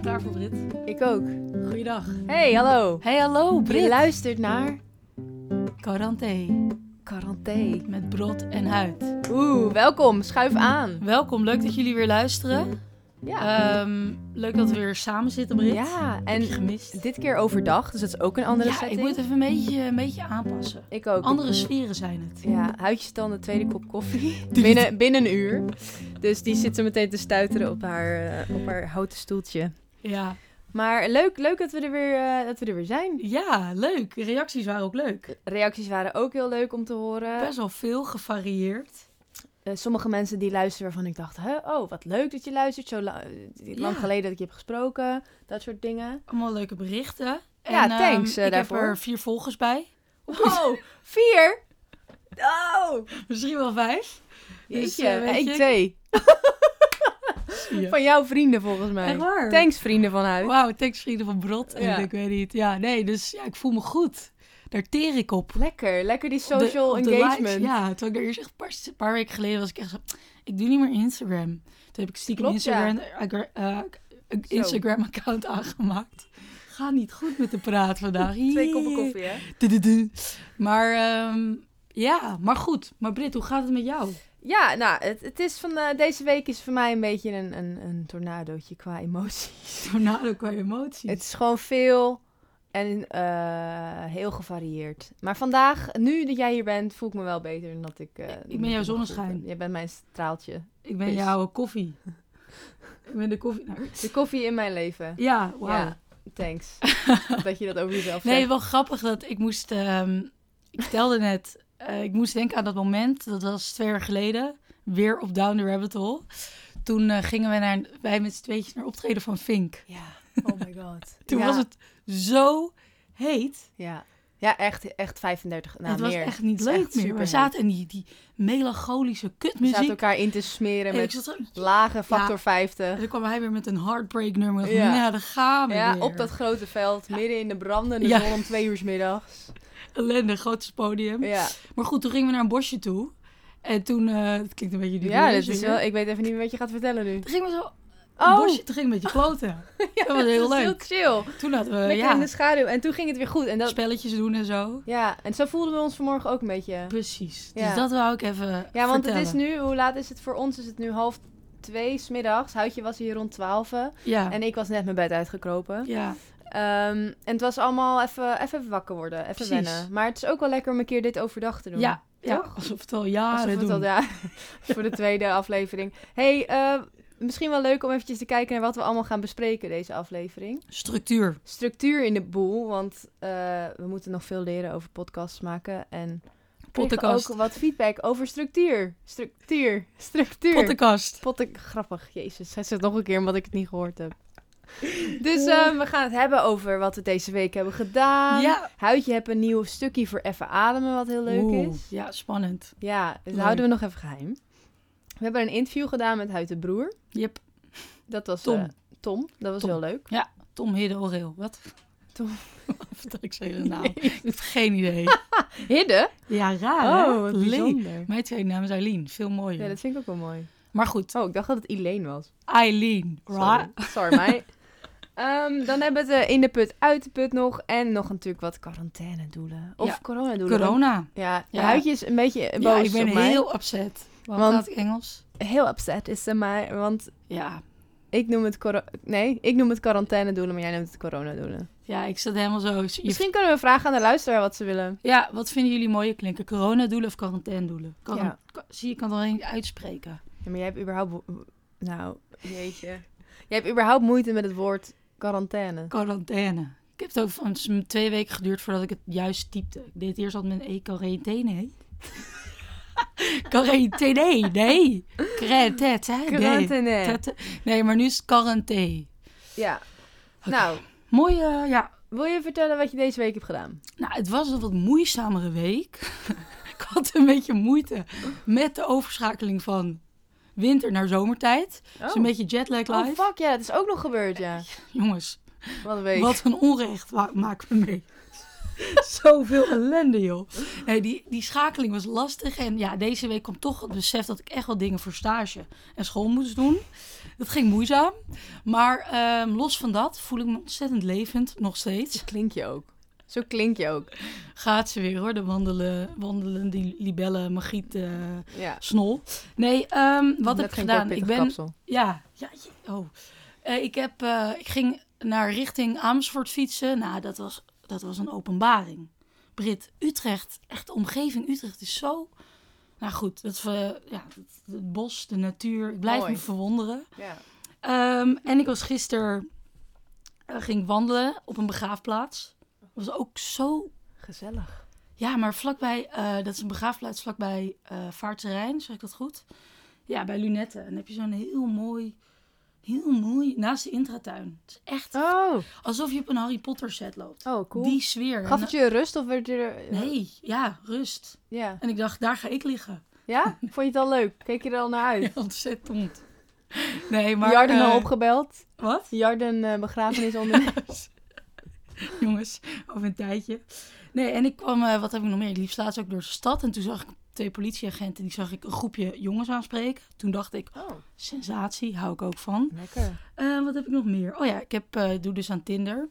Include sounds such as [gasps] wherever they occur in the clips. klaar voor Brit. Ik ook. Goeiedag. Hey, hallo. Hey, hallo Je Brit. luistert naar Quaranté Quaranté. met brood en huid. Oeh, welkom. Schuif aan. Welkom, leuk dat jullie weer luisteren. Ja. Ehm, leuk dat we weer samen zitten, Brit. ja, Heb je en gemist. dit keer overdag, dus dat is ook een andere ja, ik setting. moet even een beetje, een beetje aanpassen. Ik ook. Andere sferen zijn het. Ja, huidjes dan de tweede [laughs] kop koffie. Binnen, binnen een uur. Dus die zit zo meteen te stuiteren op haar, eh, op haar houten stoeltje. Ja, Maar leuk, leuk dat, we er weer, eh, dat we er weer zijn. ja leuk. De reacties waren ook leuk. Eh. Reacties waren ook heel leuk om te horen. Best wel veel gevarieerd. Eh, sommige mensen die luisterden waarvan ik dacht, hè, oh, wat leuk dat je luistert. Zo la- eh, lang Ja. geleden dat ik je heb gesproken. Dat soort dingen. Allemaal leuke berichten. Ja, ehm, thanks, eh, Ik daarvoor. heb er vier volgers bij. [laughs] Wow, vier? Oh, Misschien wel vijf. Dus, jeetje. eh, weet ik je- twee. Van jouw vrienden volgens mij. Echt waar? Thanks vrienden van huis. Wauw, tekst vrienden van Brot. En Ja. ik weet niet. Ja, nee, dus ja, ik voel me goed. Daar teer ik op. Lekker, lekker die Op de- social op de engagement. likes, ja, toen ik er eerst echt een paar, een paar weken geleden was ik echt zo... Ik doe niet meer Instagram. Toen heb ik stiekem Klopt, ja. Instagram, agra- eh, een Zo. Instagram-account aangemaakt. Ga niet goed met de praat vandaag. [laughs] Twee koppen koffie, hè? Dududu. Maar ehm, ja, maar goed. Maar Brit, hoe gaat het met jou? [laughs] Ja, nou, het, het is van, eh, deze week is voor mij een beetje een, een, een tornadootje qua emotie. Tornado qua emoties. Het is gewoon veel en eh, heel gevarieerd. Maar vandaag, nu dat jij hier bent, voel ik me wel beter dan dat ik... eh, dan ben dat jouw me zonneschijn. gevoeld heb. Jij bent mijn straaltje. ik ben is- jouw koffie. ik ben de [laughs] koffie... nou, De koffie in mijn leven. ja, wauw. Ja. Thanks. [laughs] dat je dat over jezelf zegt. Nee, wel grappig dat ik moest. ehm, ik vertelde net, eh, ik moest denken aan dat moment. Dat was twee jaar geleden. Weer op Down the Rabbit Hole. Toen eh, gingen wij, naar, wij met z'n tweetjes naar optreden van Fink. Ja, [laughs] oh my god. Toen Ja, was het zo heet. Ja, ja echt, echt 35, nou het was meer. echt niet Het is leuk meer. echt We superheet. zaten in die, die melancholische We zaten kutmuziek. elkaar in te smeren En ik met zat zo- lage factor 50. en dan kwam hij weer met een heartbreak nummer. Ik dacht, Ja. Nou, daar gaan we Ja, weer. op dat grote veld, midden in de brandende Ja. zon om twee uur 's middags. ellende, grootste podium. Ja, Maar goed, toen gingen we naar een bosje toe. En toen, eh het klinkt een beetje ja dubieus dit is weer. wel, ik weet even niet meer wat je gaat vertellen nu. Toen gingen we zo Oh, Een bosje, toen ging met je kloten. [laughs] ja, dat was heel [laughs] Heel leuk. chill. Toen hadden we Lekker ja, in de schaduw. En toen ging het weer goed. En dat, spelletjes doen en zo. ja, en zo voelden we ons vanmorgen ook een beetje. Precies. Ja. Dus dat wou ik even Ja, want vertellen. het is nu, hoe laat is het voor ons? Is het nu half twee 's middags. Houtje was hier rond 12. Ja. En ik was net mijn bed uitgekropen. ja. Ehm, en het was allemaal even, even wakker worden, even Precies. wennen. Maar het is ook wel lekker om een keer dit overdag te doen. Ja. ja, Toch? alsof het al jaren Alsof het doen. al, ja, [laughs] voor de tweede aflevering. hey, eh, misschien wel leuk om eventjes te kijken naar wat we allemaal gaan bespreken deze aflevering. Structuur. Structuur in de boel, want eh, we moeten nog veel leren over podcasts maken. En we kregen Podcast. ook wat feedback over structuur. Structuur. Structuur. Pottenkast. Potten, grappig. Jezus, hij zegt nog een keer omdat ik het niet gehoord heb. Dus eh, we gaan het hebben over wat we deze week hebben gedaan. ja. Huidje hebt een nieuw stukje voor Even Ademen, wat heel leuk Oeh, is. Ja, spannend. Ja, dus Leuk. houden we nog even geheim. We hebben een interview gedaan met Huid de Broer. Yep. Dat was Tom. eh, Tom, dat was Tom. heel leuk. Tom Hidde Oreel. Wat? [laughs] Tom. Vertel ik [laughs] zijn hele naam. Ik heb geen idee. Hidde? Ja, raar. hè? Leuk. Oh, bijzonder. Mijn tweede naam is Eileen. Veel mooier. Ja, dat vind ik ook wel mooi. Maar goed, Oh, ik dacht dat het Elaine was. Eileen. Sorry, [laughs] Sorry mij. Ehm, dan hebben we het eh, in de put, uit de put nog. En nog natuurlijk wat quarantainedoelen. Of Ja. coronadoelen. Corona. Ja, Ja. Huidje is een beetje boos Ja, ik op ben mij. heel upset. Want, Want- want... ik Engels? Heel upset is ze mij, want Ja, ik noem het coro- nee, ik noem het quarantainedoelen, maar jij noemt het coronadoelen. Ja, ik zat helemaal zo. Je- Misschien kunnen we vragen aan de luisteraar wat ze willen. Ja, wat vinden jullie mooie klinken? Coronadoelen of quarantainedoelen? Quaran- Ja. ka- Zie, ik kan het alleen uitspreken. Ja, maar jij hebt überhaupt wo- nou, jeetje. Jij hebt überhaupt moeite met het woord quarantaine. Quarantaine. Ik heb het ook van s- twee weken geduurd voordat ik het juist typte. Ik deed het eerst altijd met een E, quarantaine. [laughs] Quarantaine, nee. Quarantaine, nee. Quarantaine. Tete- Nee, maar nu is het quarantaine. Ja. Oké. Nou, Mooie, ja, wil je vertellen wat je deze week hebt gedaan? Nou, het was een wat moeizamere week. [laughs] ik had een beetje moeite met de overschakeling van winter naar zomertijd. Dus een beetje jetlag Oh, life. fuck, ja, dat [laughs] is ook nog gebeurd, ja. Jongens, Wat een week. wat een onrecht wa- maken we mee. [laughs] Zoveel ellende, joh. Nee, die, die schakeling was lastig. En ja, deze week kwam toch het besef dat ik echt wel dingen voor stage en school moest doen. Dat ging moeizaam. Maar ehm, los van dat voel ik me ontzettend levend, nog steeds. Zo klink je ook. Zo klink je ook. Gaat ze weer hoor, de wandelen, wandelen die libellen, magiet, eh, Ja. snol. Nee, ehm, wat Net heb ik geen gedaan? kortpittig Ik ben, kapsel. ja, ja, je- oh. Eh, ik, heb, eh, ik ging naar richting Amersfoort fietsen. Nou, dat was, dat was een openbaring. Brit, Utrecht, echt de omgeving Utrecht is zo... Nou goed, dat, is, eh, ja, het, het bos, de natuur, ik blijf Mooi. me verwonderen. Ja. Ehm, en ik was gisteren, eh, ging ik wandelen op een begraafplaats. Dat was ook zo... Gezellig. Ja, maar vlakbij, eh, dat is een begraafplaats vlakbij eh Vaarterrein, zeg ik dat goed? Ja, bij Lunette. En dan heb je zo'n heel mooi, heel mooi, naast de intratuin. Het is echt Oh, alsof je op een Harry Potter set loopt. oh cool. Die sfeer. Gaf het je rust of werd je er... Nee, ja, rust. Ja. En ik dacht, daar ga ik [laughs] liggen. [laughs] ja? Vond je het al leuk? Keek je er al naar uit? Ontzettend. Nee, [laughs] maar... Jarden eh, al opgebeld. Wat? [laughs] Jarden eh, begrafenis onder. jongens, over een tijdje. Nee, en ik kwam, eh, wat heb ik nog meer? Ik liep laatst ook door de stad en toen zag ik twee politieagenten, die zag ik een groepje jongens aanspreken. Toen dacht ik, Oh, sensatie, hou ik ook van. lekker. Eh, wat heb ik nog meer? Oh ja, ik heb, eh, doe dus aan Tinder.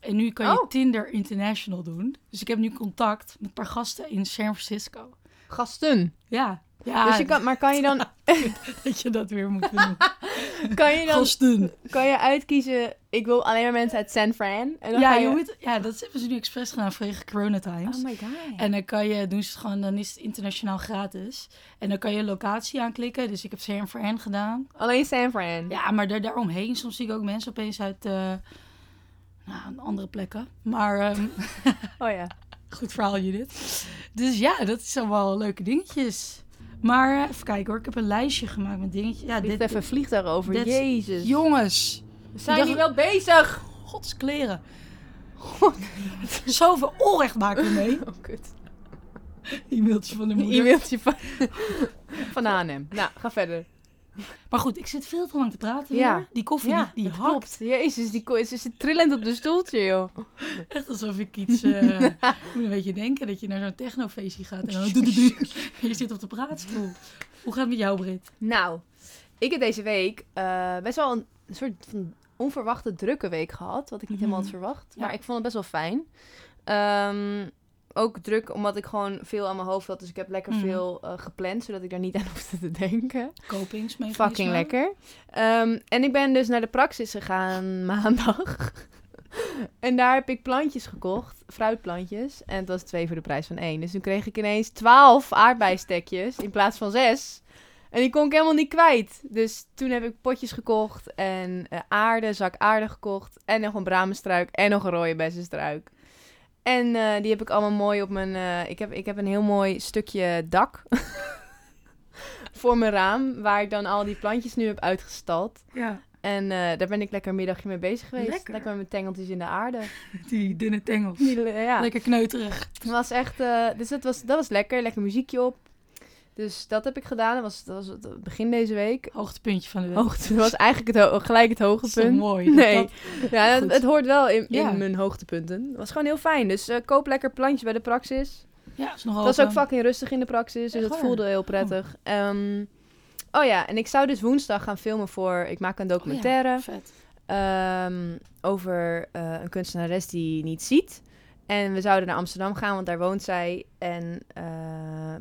En nu kan je Oh. Tinder International doen. Dus ik heb nu contact met een paar gasten in San Francisco. Gasten. Ja, ja dus je kan, maar kan je dan, [laughs] dat je dat weer moet [laughs] doen. kan je dan Gasten. kan je uitkiezen, ik wil alleen maar mensen uit San Fran? En dan Ja, ga je moet, ja, dat hebben ze nu expres gedaan vanwege Corona Times. Oh my god. En dan kan je, doen ze het gewoon, dan is het internationaal gratis. En dan kan je locatie aanklikken. Dus ik heb San Fran gedaan. Alleen San Fran. Ja, maar daar, daaromheen, soms zie ik ook mensen opeens uit eh, nou, andere plekken. Maar ehm, Oh ja. goed verhaal Judith. Dus ja, dat is allemaal leuke dingetjes. Maar eh, even kijken hoor, ik heb een lijstje gemaakt met dingetjes. Ja, Vliegt dit, even vlieg daarover. dit- Jezus. Jongens, We zijn dacht- hier wel bezig. gods kleren. Zoveel onrecht maken we [laughs] mee. Oh, kut. E-mailtje van de Een moeder. e-mailtje van, [laughs] van Hanem. Nou, ga verder. Maar goed, ik zit veel te lang te praten Ja. weer. Die koffie die, die dat hakt. klopt. Jezus, die ko- ze zit trillend op de stoeltje, joh. Echt alsof ik iets... [laughs] eh, ik moet een beetje denken dat je naar zo'n technofeestje gaat en dan... doe, doe, doe. [laughs] je zit op de praatstoel. Hoe gaat het met jou, Brit? Nou, ik heb deze week eh, best wel een soort van onverwachte drukke week gehad. Wat ik niet helemaal had Mhm. verwacht. Ja. Maar ik vond het best wel fijn. Ehm, ook druk omdat ik gewoon veel aan mijn hoofd had. Dus ik heb lekker Mhm. veel eh, gepland, zodat ik daar niet aan hoefde te denken. Kopingsmechanisme? Fucking lekker. Ehm, en ik ben dus naar de praxis gegaan [laughs] maandag. en daar heb ik plantjes gekocht, fruitplantjes. En het was twee voor de prijs van één. Dus toen kreeg ik ineens twaalf aardbeistekjes in plaats van zes. En die kon ik helemaal niet kwijt. Dus toen heb ik potjes gekocht en eh, aarde, een zak aarde gekocht. En nog een bramenstruik en nog een rode bessenstruik. En eh, die heb ik allemaal mooi op mijn... eh, ik, heb, ik heb een heel mooi stukje dak voor mijn raam, waar ik dan al die plantjes nu heb uitgestald. Ja, En eh, daar ben ik lekker een middagje mee bezig geweest. Lekker. met mijn tengeltjes in de aarde. [laughs] die dunne tengels. Die- Ja, Lekker kneuterig. het was echt... eh, dus dat was, dat was lekker, lekker muziekje op. Dus dat heb ik gedaan. Dat was, dat was het begin deze week. Hoogtepuntje van de week. Hoogte, dat was eigenlijk het ho- gelijk het Dat is toch hoogtepunt. mooi? dat Nee. dat- Ja, het, Goed. het hoort wel in, Ja. in mijn hoogtepunten. Het was gewoon heel fijn. Dus eh, koop lekker plantjes bij de praxis. ja, is nog Het was ook open. fucking rustig in de praxis, dus Oh, Echt dat waar? voelde heel prettig. Ehm, oh ja, en ik zou dus woensdag gaan filmen voor... Ik maak een documentaire Vet. ehm, over eh, een kunstenares die niet ziet. En we zouden naar Amsterdam gaan, want daar woont zij. En, eh,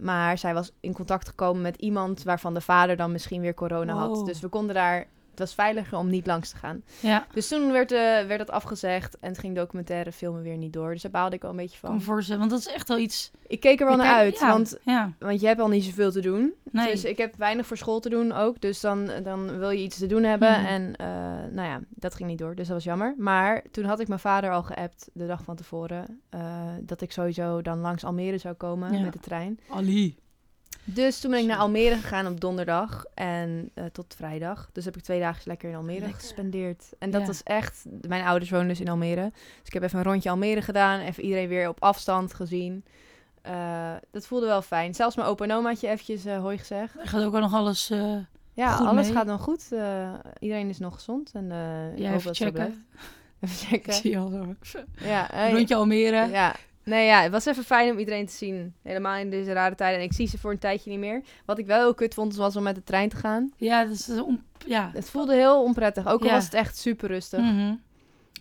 maar zij was in contact gekomen met iemand waarvan de vader dan misschien weer corona had. Wow. Dus we konden daar... Het was veiliger om niet langs te gaan. Ja, Dus toen werd, eh, werd dat afgezegd en het ging documentaire filmen weer niet door. Dus daar baalde ik al een beetje kan me van. voorstellen. Want dat is echt wel iets... Ik keek er wel Ik naar kijk- uit, ja, want, Ja, want je hebt al niet zoveel te doen. nee. Dus ik heb weinig voor school te doen ook. Dus dan, dan wil je iets te doen hebben. Mhm. En eh, nou ja, dat ging niet door. Dus dat was jammer. Maar toen had ik mijn vader al geappt de dag van tevoren. eh, dat ik sowieso dan langs Almere zou komen Ja. met de trein. Ali. Dus toen ben ik naar Zo. Almere gegaan op donderdag. En eh, tot vrijdag. Dus heb ik twee dagen lekker in Almere Lekker. gespendeerd. En dat Ja. was echt... Mijn ouders wonen dus in Almere. Dus ik heb even een rondje Almere gedaan. Even iedereen weer op afstand gezien. Eh, dat voelde wel fijn. Zelfs mijn opa en oma had je eventjes eh, hoi gezegd. Er gaat ook wel nog alles... eh Ja, Goed alles mee. gaat dan goed. Eh, iedereen is nog gezond. En eh ik ja, even hoop dat het zo checken. blijft. [laughs] Even Ik checken. zie je al zo. Ja, hey. Rondje Almere. ja. Nee, ja, het was even fijn om iedereen te zien. Helemaal in deze rare tijden. En ik zie ze voor een tijdje niet meer. Wat ik wel heel kut vond, was om met de trein te gaan. Ja, dat is eh, on- ja. Het voelde heel onprettig. Ook al Ja. was het echt super rustig. Mhm.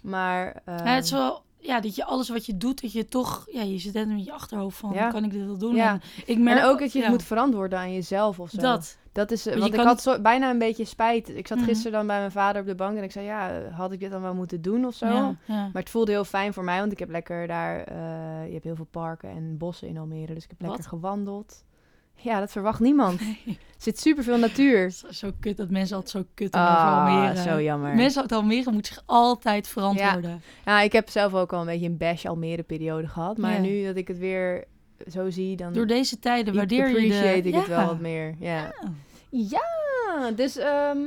Maar... Ja, het is ehm, wel, ja, dat je alles wat je doet, dat je toch, ja, je zit net met je achterhoofd van, Ja. kan ik dit wel doen? Ja. En ik merk en ook dat je ja, het moet verantwoorden aan jezelf of zo. Dat, Dat is, eh, je want ik kan had zo, bijna een beetje spijt. Ik zat Mhm. gisteren dan bij mijn vader op de bank en ik zei, ja, had ik dit dan wel moeten doen of zo? Ja, ja. Maar het voelde heel fijn voor mij, want ik heb lekker daar, eh, je hebt heel veel parken en bossen in Almere, dus ik heb lekker Wat? gewandeld. Ja, dat verwacht niemand. Er zit superveel natuur. Zo- Zo kut, dat mensen altijd zo kut doen over Ah, Almere. zo jammer. Mensen uit Almere moeten zich altijd verantwoorden. Ja, ik heb zelf ook al een beetje een bash Almere periode gehad, maar Ja. nu dat ik het weer zo zie, dan Door deze tijden waardeer je de... appreciate ik het wel Ja. Oh. wat meer. Ja. Ja. Ja, dus, ehm,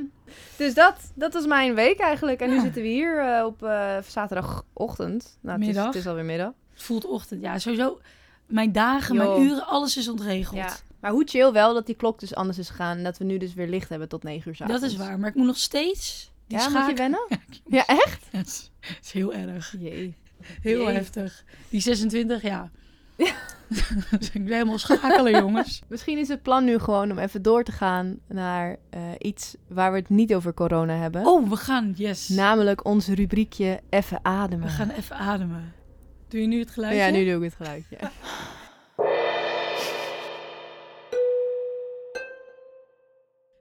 dus dat, dat was mijn week eigenlijk. En nu Ja. zitten we hier eh, op eh, zaterdagochtend. Nou, het is, Middag. het is alweer middag. Het voelt ochtend. Ja, sowieso. Mijn dagen, Joh. mijn uren, alles is ontregeld. Ja. Maar hoe chill wel dat die klok dus anders is gegaan. En dat we nu dus weer licht hebben tot 9 uur 's dat avonds. is waar. Maar ik moet nog steeds die Ja, moet je schaken... [laughs] wennen? Ja, echt? Het is- het is heel erg. Jee. Heel Jee. heftig. Die 26, ja. [laughs] Dus ik ben helemaal [laughs] schakelen, jongens. Misschien is het plan nu gewoon om even door te gaan naar eh, iets waar we het niet over corona hebben. Oh, we gaan, yes. Namelijk ons rubriekje Even we ademen. gaan even ademen. Doe je nu het Oh geluidje? ja, nu doe ik het geluidje.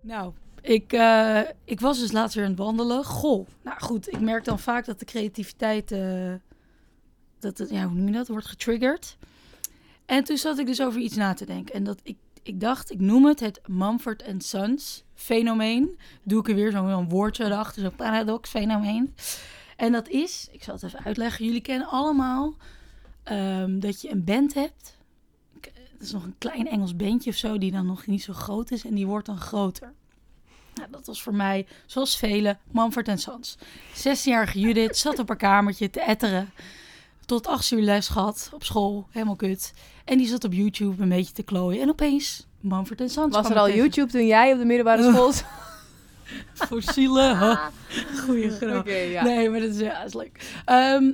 Nou, ik, eh, ik was dus laatst weer aan het wandelen. Goh, nou goed, ik merk dan vaak dat de creativiteit, eh, dat het, ja, hoe noem je dat, wordt getriggerd. En toen zat ik dus over iets na te denken. En dat ik, ik dacht, ik noem het het Mumford Sons fenomeen. Doe ik er weer zo'n woordje erachter, zo'n paradox fenomeen. En dat is, ik zal het even uitleggen, jullie kennen allemaal ehm, dat je een band hebt. K- Het is nog een klein Engels bandje of zo, die dan nog niet zo groot is en die wordt dan groter. Nou, dat was voor mij, zoals velen, Manfred en Sans. 16-jarige Judith zat op haar kamertje te etteren. Tot 8 uur les gehad op school, helemaal kut. En die zat op YouTube een beetje te klooien. En opeens, Manfred en Sans. Was kwam er al ik tegen. YouTube toen jij op de middelbare Oh, [laughs] school zat? Fossiele. ha. Goeie grap. Ah. ja. Nee, maar dat is, ja, dat is leuk. Ehm,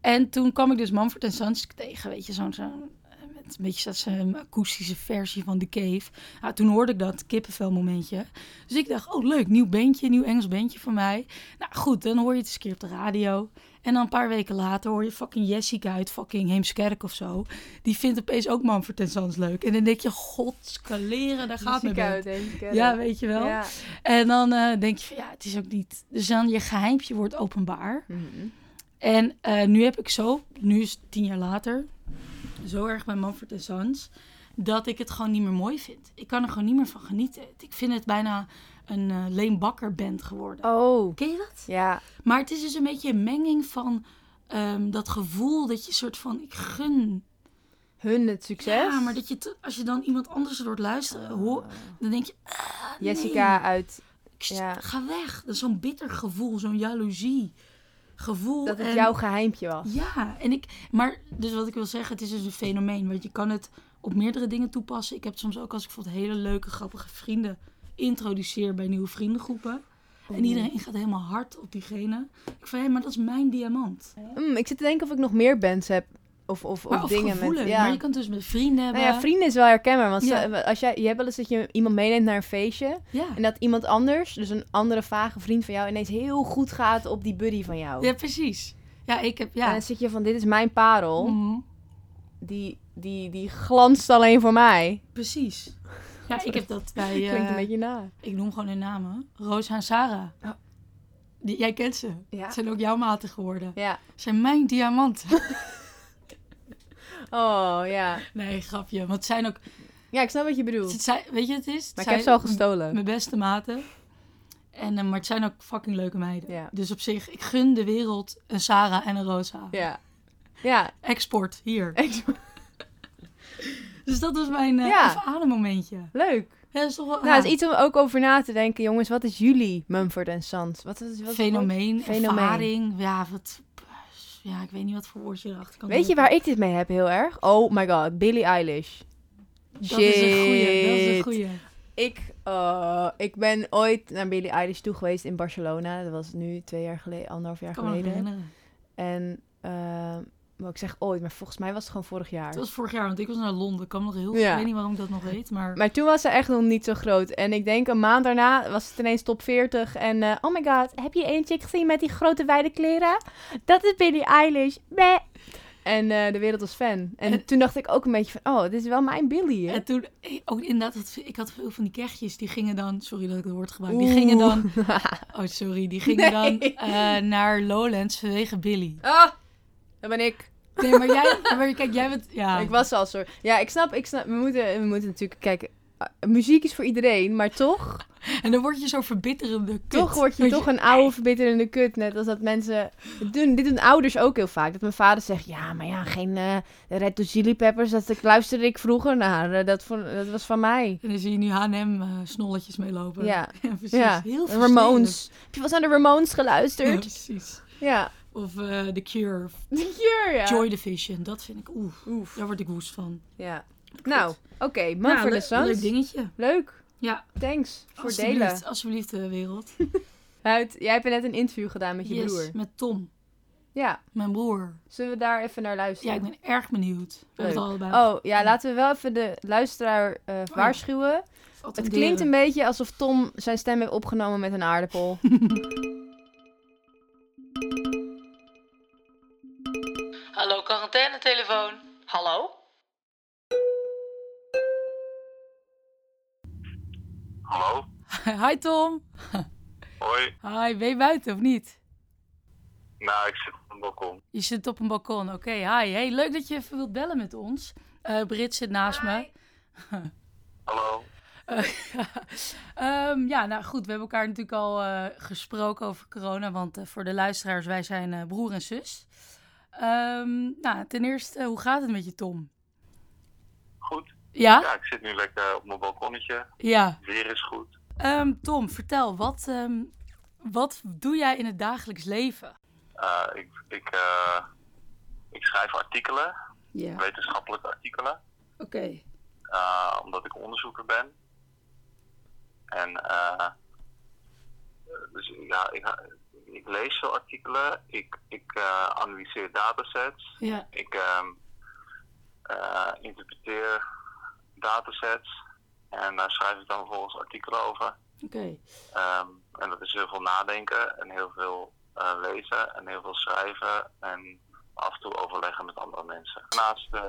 en toen kwam ik dus Manfred en Sons tegen, weet je, zo'n... zo'n eh, met een beetje zo'n zo'n akoestische versie van The Cave. Nou, toen hoorde ik dat kippenvel momentje. Dus ik dacht, oh leuk, nieuw bandje, nieuw Engels bandje van mij. Nou goed, dan hoor je het eens een keer op de radio. En dan een paar weken later hoor je fucking Jessica uit fucking Heemskerk of zo. Die vindt opeens ook Manfred en Sons leuk. En dan denk je, godskaleren, daar gaat mijn Muziek band. uit, hè? Ja, weet je wel. Ja. En dan eh, denk je van ja, het is ook niet. Dus dan je geheimpje wordt openbaar. En eh, nu heb ik zo, nu is het tien jaar later, zo erg bij Manfred en Sons, dat ik het gewoon niet meer mooi vind. Ik kan er gewoon niet meer van genieten. Ik vind het bijna een eh Leen Bakker band geworden. Oh. Ken je dat? Ja. Maar het is dus een beetje een menging van ehm, dat gevoel dat je soort van ik gun. Hun het succes. Ja, maar dat je te- als je dan iemand anders hoort luisteren, hoor, Oh. dan denk je. ah, nee. Jessica uit... Ik st- Ja. Ga weg. Dat is zo'n bitter gevoel, zo'n jaloezie gevoel. Dat het en- jouw geheimpje was. Ja, en ik... Maar, dus wat ik wil zeggen, het is dus een fenomeen. Want je kan het op meerdere dingen toepassen. Ik heb het soms ook als ik bijvoorbeeld hele leuke, grappige vrienden introduceer bij nieuwe vriendengroepen. Oh, En iedereen gaat helemaal hard op diegene. Ik van, hé, maar dat is mijn diamant. Mm, ik zit te denken of ik nog meer bands heb. Of, of, of maar, of dingen gevoelens. met... Ja. Maar je kan het dus met vrienden hebben. Nou ja, vrienden is wel herkenbaar. Want Ja. ze- als jij, je hebt wel eens dat je iemand meeneemt naar een feestje. Ja. En dat iemand anders, dus een andere vage vriend van jou, ineens heel goed gaat op die buddy van jou. ja, precies. Ja, ik heb... En Ja. dan zit je van, dit is mijn parel. Mhm. Die, die, die glanst alleen voor mij. Precies. Ja, ik heb dat bij... eh, Klinkt een beetje na. Ik noem gewoon hun namen. Roos en Sarah. Ja. Die, jij kent ze. Ja. Het zijn ook jouw maten geworden. Ja. Ze zijn mijn [laughs] diamanten. Oh, ja. nee, grapje. Want het zijn ook... Ja, ik snap wat je bedoelt. Het zijn, weet je wat het is? Het Maar ik zijn heb ze al m- gestolen. Mijn beste maten. En, eh, maar het zijn ook fucking leuke meiden. Ja. Dus op zich, ik gun de wereld een Sarah en een Rosa. Ja. Ja. [laughs] Export, hier. echt waar. Dus dat was mijn eh Ja. even ademmomentje. Leuk. Ja, dat is toch wel... Nou, het ja, is iets om ook over na te denken, jongens. Wat is jullie Mumford en Sons? Wat is, wat is- fenomeen, Fenomeen. ervaring. Ja, wat... Ja, ik weet niet wat voor woord je erachter kan Weet je drukken. waar ik dit mee heb heel erg? Oh my god, Billie Eilish. Dat is een goeie, dat is een Shit. goeie. Ik, eh, ik ben ooit naar Billie Eilish toe geweest in Barcelona. Dat was nu twee jaar geleden, anderhalf jaar Ik kan me nog geleden. herinneren. En eh, Wou ik zeg ooit, maar volgens mij was het gewoon vorig jaar. Het was vorig jaar, want ik was naar Londen. Ik kan nog heel Ja. Ik weet niet waarom ik dat nog weet, maar... Maar toen was ze echt nog niet zo groot. En ik denk een maand daarna was het ineens top 40. En eh, oh my god, heb je één chick gezien met die grote wijde kleren? Dat is Billie Eilish. Bleh. En eh, de wereld was fan. En En- toen dacht ik ook een beetje van, oh, dit is wel mijn Billie. hè? En toen, eh, ook inderdaad, dat- ik had veel van die kechtjes, die gingen dan, sorry dat ik het woord gebruik, die gingen dan, [laughs] oh sorry, die gingen dan Nee. eh, naar Lowlands vanwege Billy. Ah, dat ben ik. Nee, maar jij, [laughs] maar kijk, jij bent, ja. Ik was al soort. Ja, ik snap, ik snap. We moeten, we moeten natuurlijk, kijk, eh, muziek is voor iedereen, maar toch... En dan word je zo verbitterende kut. Toch word je Want toch een oude verbitterende kut. Net als dat mensen... dat Doen, dit doen ouders ook heel vaak. Dat mijn vader zegt... Ja, maar ja, geen eh, Red Hot Chili Peppers. Dat ik, luisterde ik vroeger naar. Eh, dat, vond- dat was van mij. En dan zie je nu H&M eh, snolletjes meelopen. [laughs] Ja. precies. ja. Heel De Ramones. Heb je wel eens naar de Ramones geluisterd? frustrerend. Ja, precies. Ja. Of eh, The Cure, of Ja, ja. Joy Division, dat vind ik, oeh, Oef. daar word ik woest van. Ja. Nou, oké. Man Nou, voor de le- leuk Sons. dingetje. Leuk. Ja, Thanks voor alsjeblieft, delen. alsjeblieft de wereld. Huid, jij hebt net een interview gedaan met je Yes, broer. met Tom, Ja. mijn broer. Zullen we daar even naar Ja, luisteren? ik ben erg benieuwd. We hebben het Leuk. al allebei Oh, ja, laten we wel even de luisteraar eh, Oh, waarschuwen. Het attenderen. klinkt een beetje alsof Tom zijn stem heeft opgenomen met een aardappel. Hallo quarantainetelefoon. Hallo? Hallo, [laughs] Hi Tom. hoi. Hi, ben je buiten of niet? Nou, ik zit op een balkon. Je zit op een balkon. Oké, hi. Hey, leuk dat je even wilt bellen met ons. Eh, Brit zit naast me. Hallo. Eh, [laughs] Ehm, ja, nou goed, we hebben elkaar natuurlijk al eh, gesproken over corona. Want eh, voor de luisteraars, wij zijn eh, broer en zus. Ehm, nou, ten eerste, hoe gaat het met je Tom? Goed. Ja? Ja, ik zit nu lekker op mijn balkonnetje. Ja. Weer is goed. Ehm, Tom, vertel, wat, ehm, wat doe jij in het dagelijks leven? Eh, ik, ik, eh, ik schrijf artikelen, Ja, oké. wetenschappelijke artikelen, eh, omdat ik onderzoeker ben. En eh, dus ja, ik, ik lees veel artikelen, ik, ik eh, analyseer datasets, Ja, Ik ehm, eh, interpreteer datasets en daar schrijf ik dan vervolgens artikelen over. oké. Ehm, en dat is heel veel nadenken en heel veel eh, lezen en heel veel schrijven en af en toe overleggen met andere mensen. Daarnaast eh,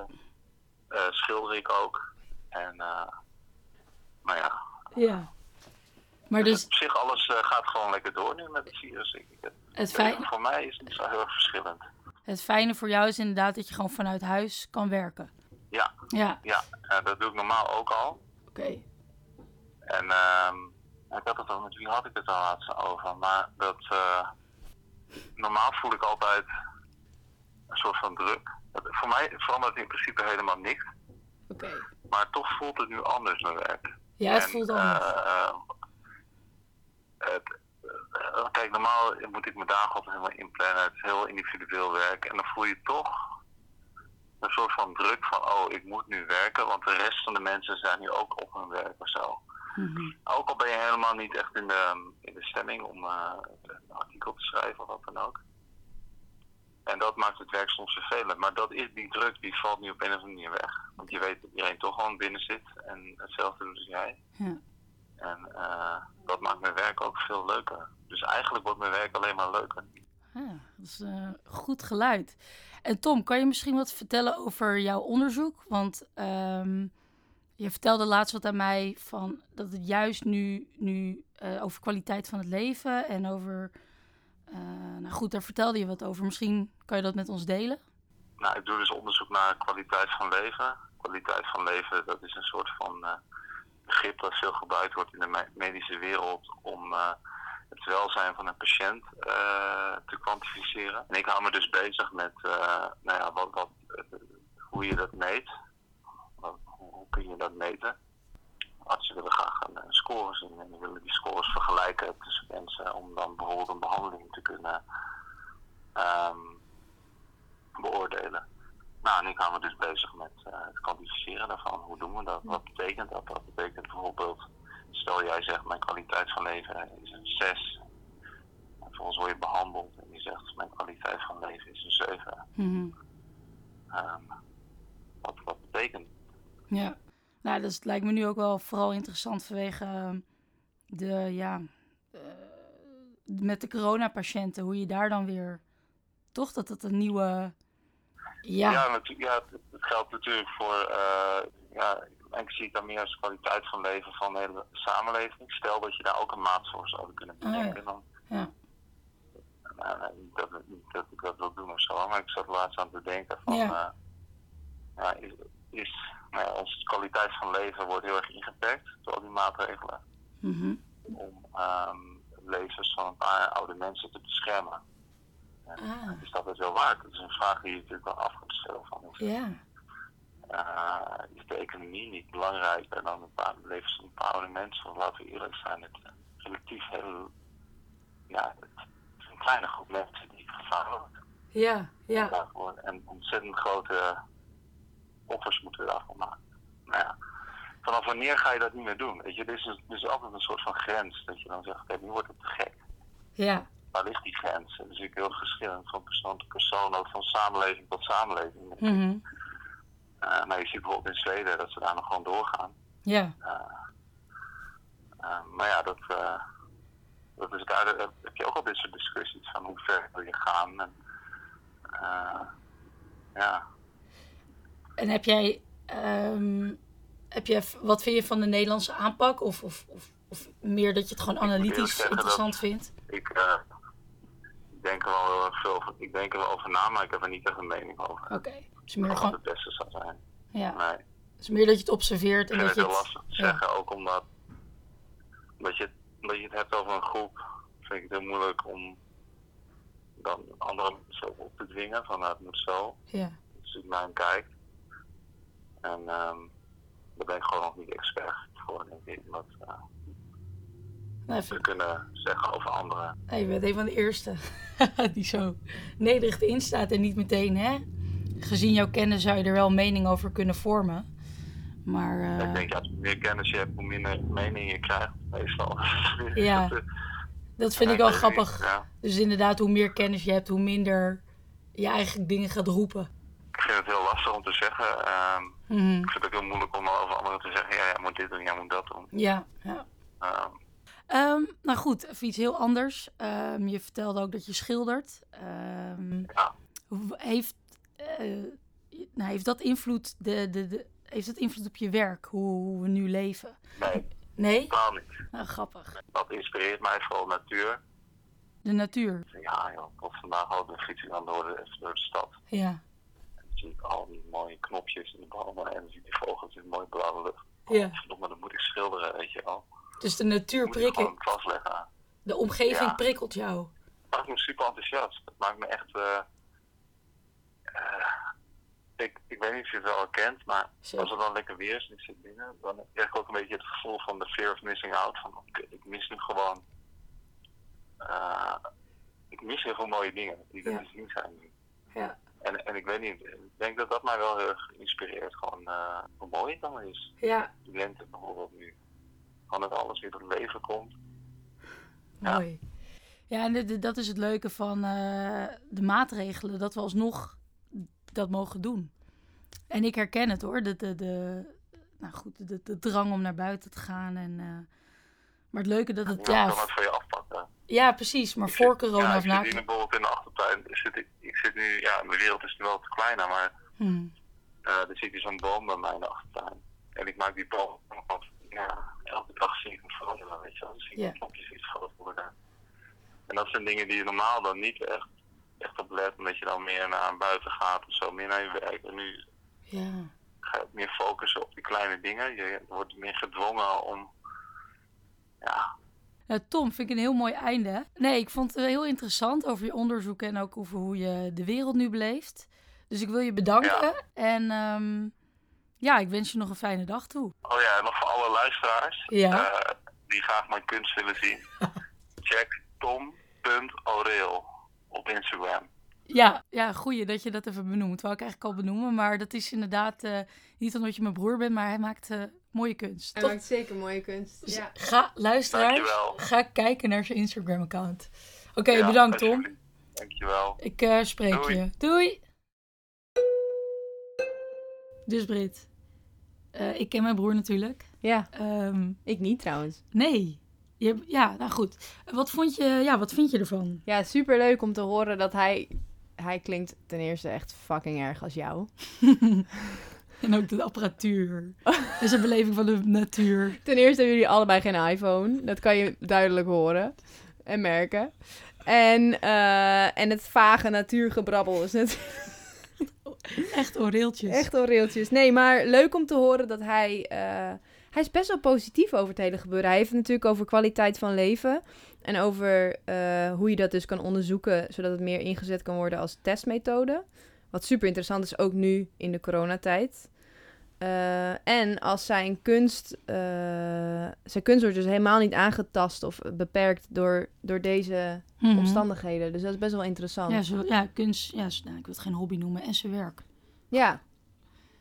eh, schilder ik ook. En eh, nou ja, Ja. Maar dus dus op zich alles eh, gaat gewoon lekker door nu met het virus. Ik, ik- het, fijn, Voor mij is het niet zo heel erg verschillend. het fijne voor jou is inderdaad dat je gewoon vanuit huis kan werken. Ja, Ja, ja eh, dat doe ik normaal ook al. oké. En ehm, ik had het al, met wie had ik het al laatst over? Maar dat eh, normaal voel ik altijd een soort van druk. Het- voor mij verandert in principe helemaal niks. Oké. Maar toch voelt het nu anders mijn werk. Ja, het En, voelt eh, anders. eh, het- eh, kijk, normaal moet ik mijn dagen altijd helemaal inplannen. Het is heel individueel werk. En dan voel je toch een soort van druk van... oh, ik moet nu werken, want de rest van de mensen zijn nu ook op hun werk of zo. Mhm. Ook al ben je helemaal niet echt in de, ehm, in de stemming om eh, een artikel te schrijven of wat dan ook. En dat maakt het werk soms vervelend. Maar dat is die druk, die valt nu op een of andere manier weg. Want je weet dat iedereen toch gewoon binnen zit en hetzelfde doet als jij. Ja. En eh, dat maakt mijn werk ook veel leuker. Dus eigenlijk wordt mijn werk alleen maar leuker. Ah, dat is eh, goed geluid. En Tom, kan je misschien wat vertellen over jouw onderzoek? Want ehm, je vertelde laatst wat aan mij van dat het juist nu, nu eh, over kwaliteit van het leven en over. eh, nou goed, daar vertelde je wat over. Misschien kan je dat met ons delen? Nou, ik doe dus onderzoek naar kwaliteit van leven. Kwaliteit van leven, dat is een soort van eh, begrip dat veel gebruikt wordt in de me- medische wereld om eh, het welzijn van een patiënt eh, te kwantificeren. En ik hou me dus bezig met eh, nou ja, wat, wat, eh, hoe je dat meet. Wat- hoe, hoe kun je dat meten? Artsen willen graag een, eh, score zien en die willen die scores vergelijken tussen mensen om dan bijvoorbeeld een behandeling te kunnen ehm, beoordelen. Nou, en ik hou me dus bezig met eh, het kwantificeren daarvan. Hoe doen we dat? Wat betekent dat? Dat betekent bijvoorbeeld, stel jij zegt mijn kwaliteit van leven is een 6. En vervolgens word je behandeld en die zegt mijn kwaliteit van leven is een 7. Mhm. ehm, wat, wat betekent. Ja, nou, dat is- lijkt me nu ook wel vooral interessant vanwege eh, de, ja, eh, met de coronapatiënten, hoe je daar dan weer, toch dat dat een nieuwe, ja, Ja, natu- ja het, het geldt natuurlijk voor. eh ja, ik zie het dan meer als kwaliteit van leven van de hele samenleving. Stel dat je daar ook een maat voor zou kunnen Ah, ja. bedenken. dan, Ja. Nou, nee, niet dat, niet dat ik dat wil doen of zo, maar ik zat laatst aan te denken van. Ja. eh, ja, is, is, nou ja, onze kwaliteit van leven wordt heel erg ingeperkt door al die maatregelen. mhm, Om ehm levens van een paar oude mensen te beschermen. ah, Is dat het wel waard? Dat is een vraag die je natuurlijk wel af kunt stellen. Van, is ja, eh, is de economie niet belangrijker dan een paar levens van een paar oude mensen? Want laten we eerlijk zijn, het eh, relatief heel. Ja, het is een kleine groep mensen die gevaarlijk ja, ja, vandaag worden en ontzettend grote offers moeten we daarvoor maken. Nou ja, vanaf wanneer ga je dat niet meer doen? Weet je, er is, er is altijd een soort van grens dat je dan zegt, oké, nu wordt het te gek. ja, Waar ligt die grens? En dat is natuurlijk heel verschillend van persoon tot persoon, ook van samenleving tot samenleving. mhm, Eh, maar je ziet bijvoorbeeld in Zweden dat ze daar nog gewoon doorgaan. ja, Eh, maar ja, dat, eh, dat is daar daar heb je ook al dit soort discussies van hoe ver wil je gaan. En, eh, ja. en heb jij, ehm, heb jij, wat vind je van de Nederlandse aanpak, of, of, of, of meer dat je het gewoon moet eerlijk analytisch zeggen dat- interessant vindt? Ik eh, denk er wel heel erg veel over, ik denk er wel over na, maar ik heb er niet echt een mening over. Oké, dus meer Wat gewoon, het beste zou zijn. ja, Nee, ik dus meer dat je het observeert en vind dat het je heel het, lastig te ja. zeggen, ook omdat, omdat, je, het- omdat je het hebt over een groep, vind ik het heel moeilijk om dan anderen zo op te dwingen van nou, het moet zo. ja. Dus ik naar hem kijk. En ehm daar ben ik gewoon nog niet expert voor, denk ik. Omdat eh, Nou, we vind- kunnen zeggen over anderen. nou, je bent een van de eerste [laughs] die zo nederig in staat en niet meteen, hè? Gezien jouw kennis zou je er wel een mening over kunnen vormen. Maar eh, Ik denk, ja, hoe meer kennis je hebt, hoe minder mening je krijgt, meestal. Ja, [laughs] Dat, eh, dat vind ik ja, wel weet niet. grappig. Ja, Dus inderdaad, hoe meer kennis je hebt, hoe minder je eigenlijk dingen gaat roepen. ik vind het heel lastig om te zeggen. ehm, Mhm. ik vind het ook heel moeilijk om over anderen te zeggen, ja, jij moet dit doen, jij moet dat doen. Ja, ja. Ehm, Ehm, nou goed, even iets heel anders. Ehm, je vertelde ook dat je schildert. Ehm, Ja. hoe- heeft, eh, nou, heeft, dat invloed de, de, de, heeft dat invloed op je werk, hoe, hoe we nu leven? nee, Nee? totaal niet. Nou, grappig. Dat inspireert mij vooral natuur. De natuur. Ja, joh, ik was vandaag al een fiets aan door de, door de stad. Ja. Dan zie ik al die mooie knopjes in de bomen en dan zie ik die vogels in de mooie blauwe lucht. Ja. Verdomme, dat moet ik schilderen, weet je wel. Dus de natuur Moet ik prikkelt. gewoon vastleggen. De omgeving Ja. prikkelt jou. Dat maakt me super enthousiast. Dat maakt me echt... eh, eh, ik, ik weet niet of je het wel herkent, maar Zo. als het dan lekker weer is en ik zit binnen, dan krijg ik ook een beetje het gevoel van de fear of missing out. Van, ik, ik mis nu gewoon... eh, ik mis heel veel mooie dingen die er Ja. te zien zijn nu. Ja. En, en ik weet niet, ik denk dat dat mij wel heel erg inspireert. Gewoon eh, hoe mooi het dan is. Ja. De lente bijvoorbeeld nu. Gewoon dat alles weer tot leven komt. Ja. Mooi. Ja, en de- de- dat is het leuke van eh, de maatregelen, dat we alsnog dat mogen doen. En ik herken het hoor, de, de, de, nou goed, de, de drang om naar buiten te gaan. En, eh, maar het leuke dat het, Ja, ja, kan het v- voor je afpakken. ja precies, maar voor corona ja, of ik na. zit nu bijvoorbeeld in de achtertuin. Ik zit, ik zit nu, ja, mijn wereld is nu wel te kleiner, maar Hm. eh, er zit hier zo'n boom bij mij in de achtertuin. En ik maak die boom, want ja, elke dag zie ik hem veranderen, weet je wel. Dan zie ik Ja. de knopjes iets groter worden. En dat zijn dingen die je normaal dan niet echt, echt op let, omdat je dan meer naar buiten gaat of zo, meer naar je werk. En nu Ja. ga je meer focussen op die kleine dingen. Je wordt meer gedwongen om, ja, Nou, Tom, vind ik een heel mooi einde. Nee, ik vond het heel interessant over je onderzoek en ook over hoe je de wereld nu beleeft. Dus ik wil je bedanken. En ehm, ja, ik wens je nog een fijne dag toe. Oh ja, en nog voor alle luisteraars Ja. eh, die graag mijn kunst willen [laughs] zien. Check tom.oreel op Instagram. Ja, ja goeie dat je dat even benoemt. Wou ik eigenlijk al benoemen. Maar dat is inderdaad eh, niet omdat je mijn broer bent, maar hij maakt eh, mooie kunst. [laughs] Hij Toch? maakt zeker mooie kunst. Dus Ja. Ga luisteraars, Dankjewel. ga kijken naar zijn Instagram-account. Oké, Ja, bedankt Tom. alsjeblieft. Dankjewel. Ik eh, spreek Doei. je. Doei! Dus Brit, eh, ik ken mijn broer natuurlijk. Ja, Ehm, ik niet trouwens. nee. Je, ja, nou goed. Wat vond je, ja, wat vind je ervan? Ja, superleuk om te horen dat hij... Hij klinkt ten eerste echt fucking erg als jou. En ook de [laughs] apparatuur. En zijn beleving van de natuur. Ten eerste hebben jullie allebei geen iPhone. Dat kan je duidelijk horen en merken. En, eh, en het vage natuurgebrabbel is natuurlijk Echt oreeltjes. echt oreeltjes. Nee, maar leuk om te horen dat hij... eh, hij is best wel positief over het hele gebeuren. Hij heeft het natuurlijk over kwaliteit van leven. En over eh, hoe je dat dus kan onderzoeken... zodat het meer ingezet kan worden als testmethode. Wat super interessant is, ook nu in de coronatijd. Eh, en als zijn kunst... eh, zijn kunst wordt dus helemaal niet aangetast of beperkt... door, door deze Mhm. omstandigheden. Dus dat is best wel interessant. Ja, zo, ja, kunst. Ja, zo- nou, ik wil het geen hobby noemen. En zijn werk. Ja.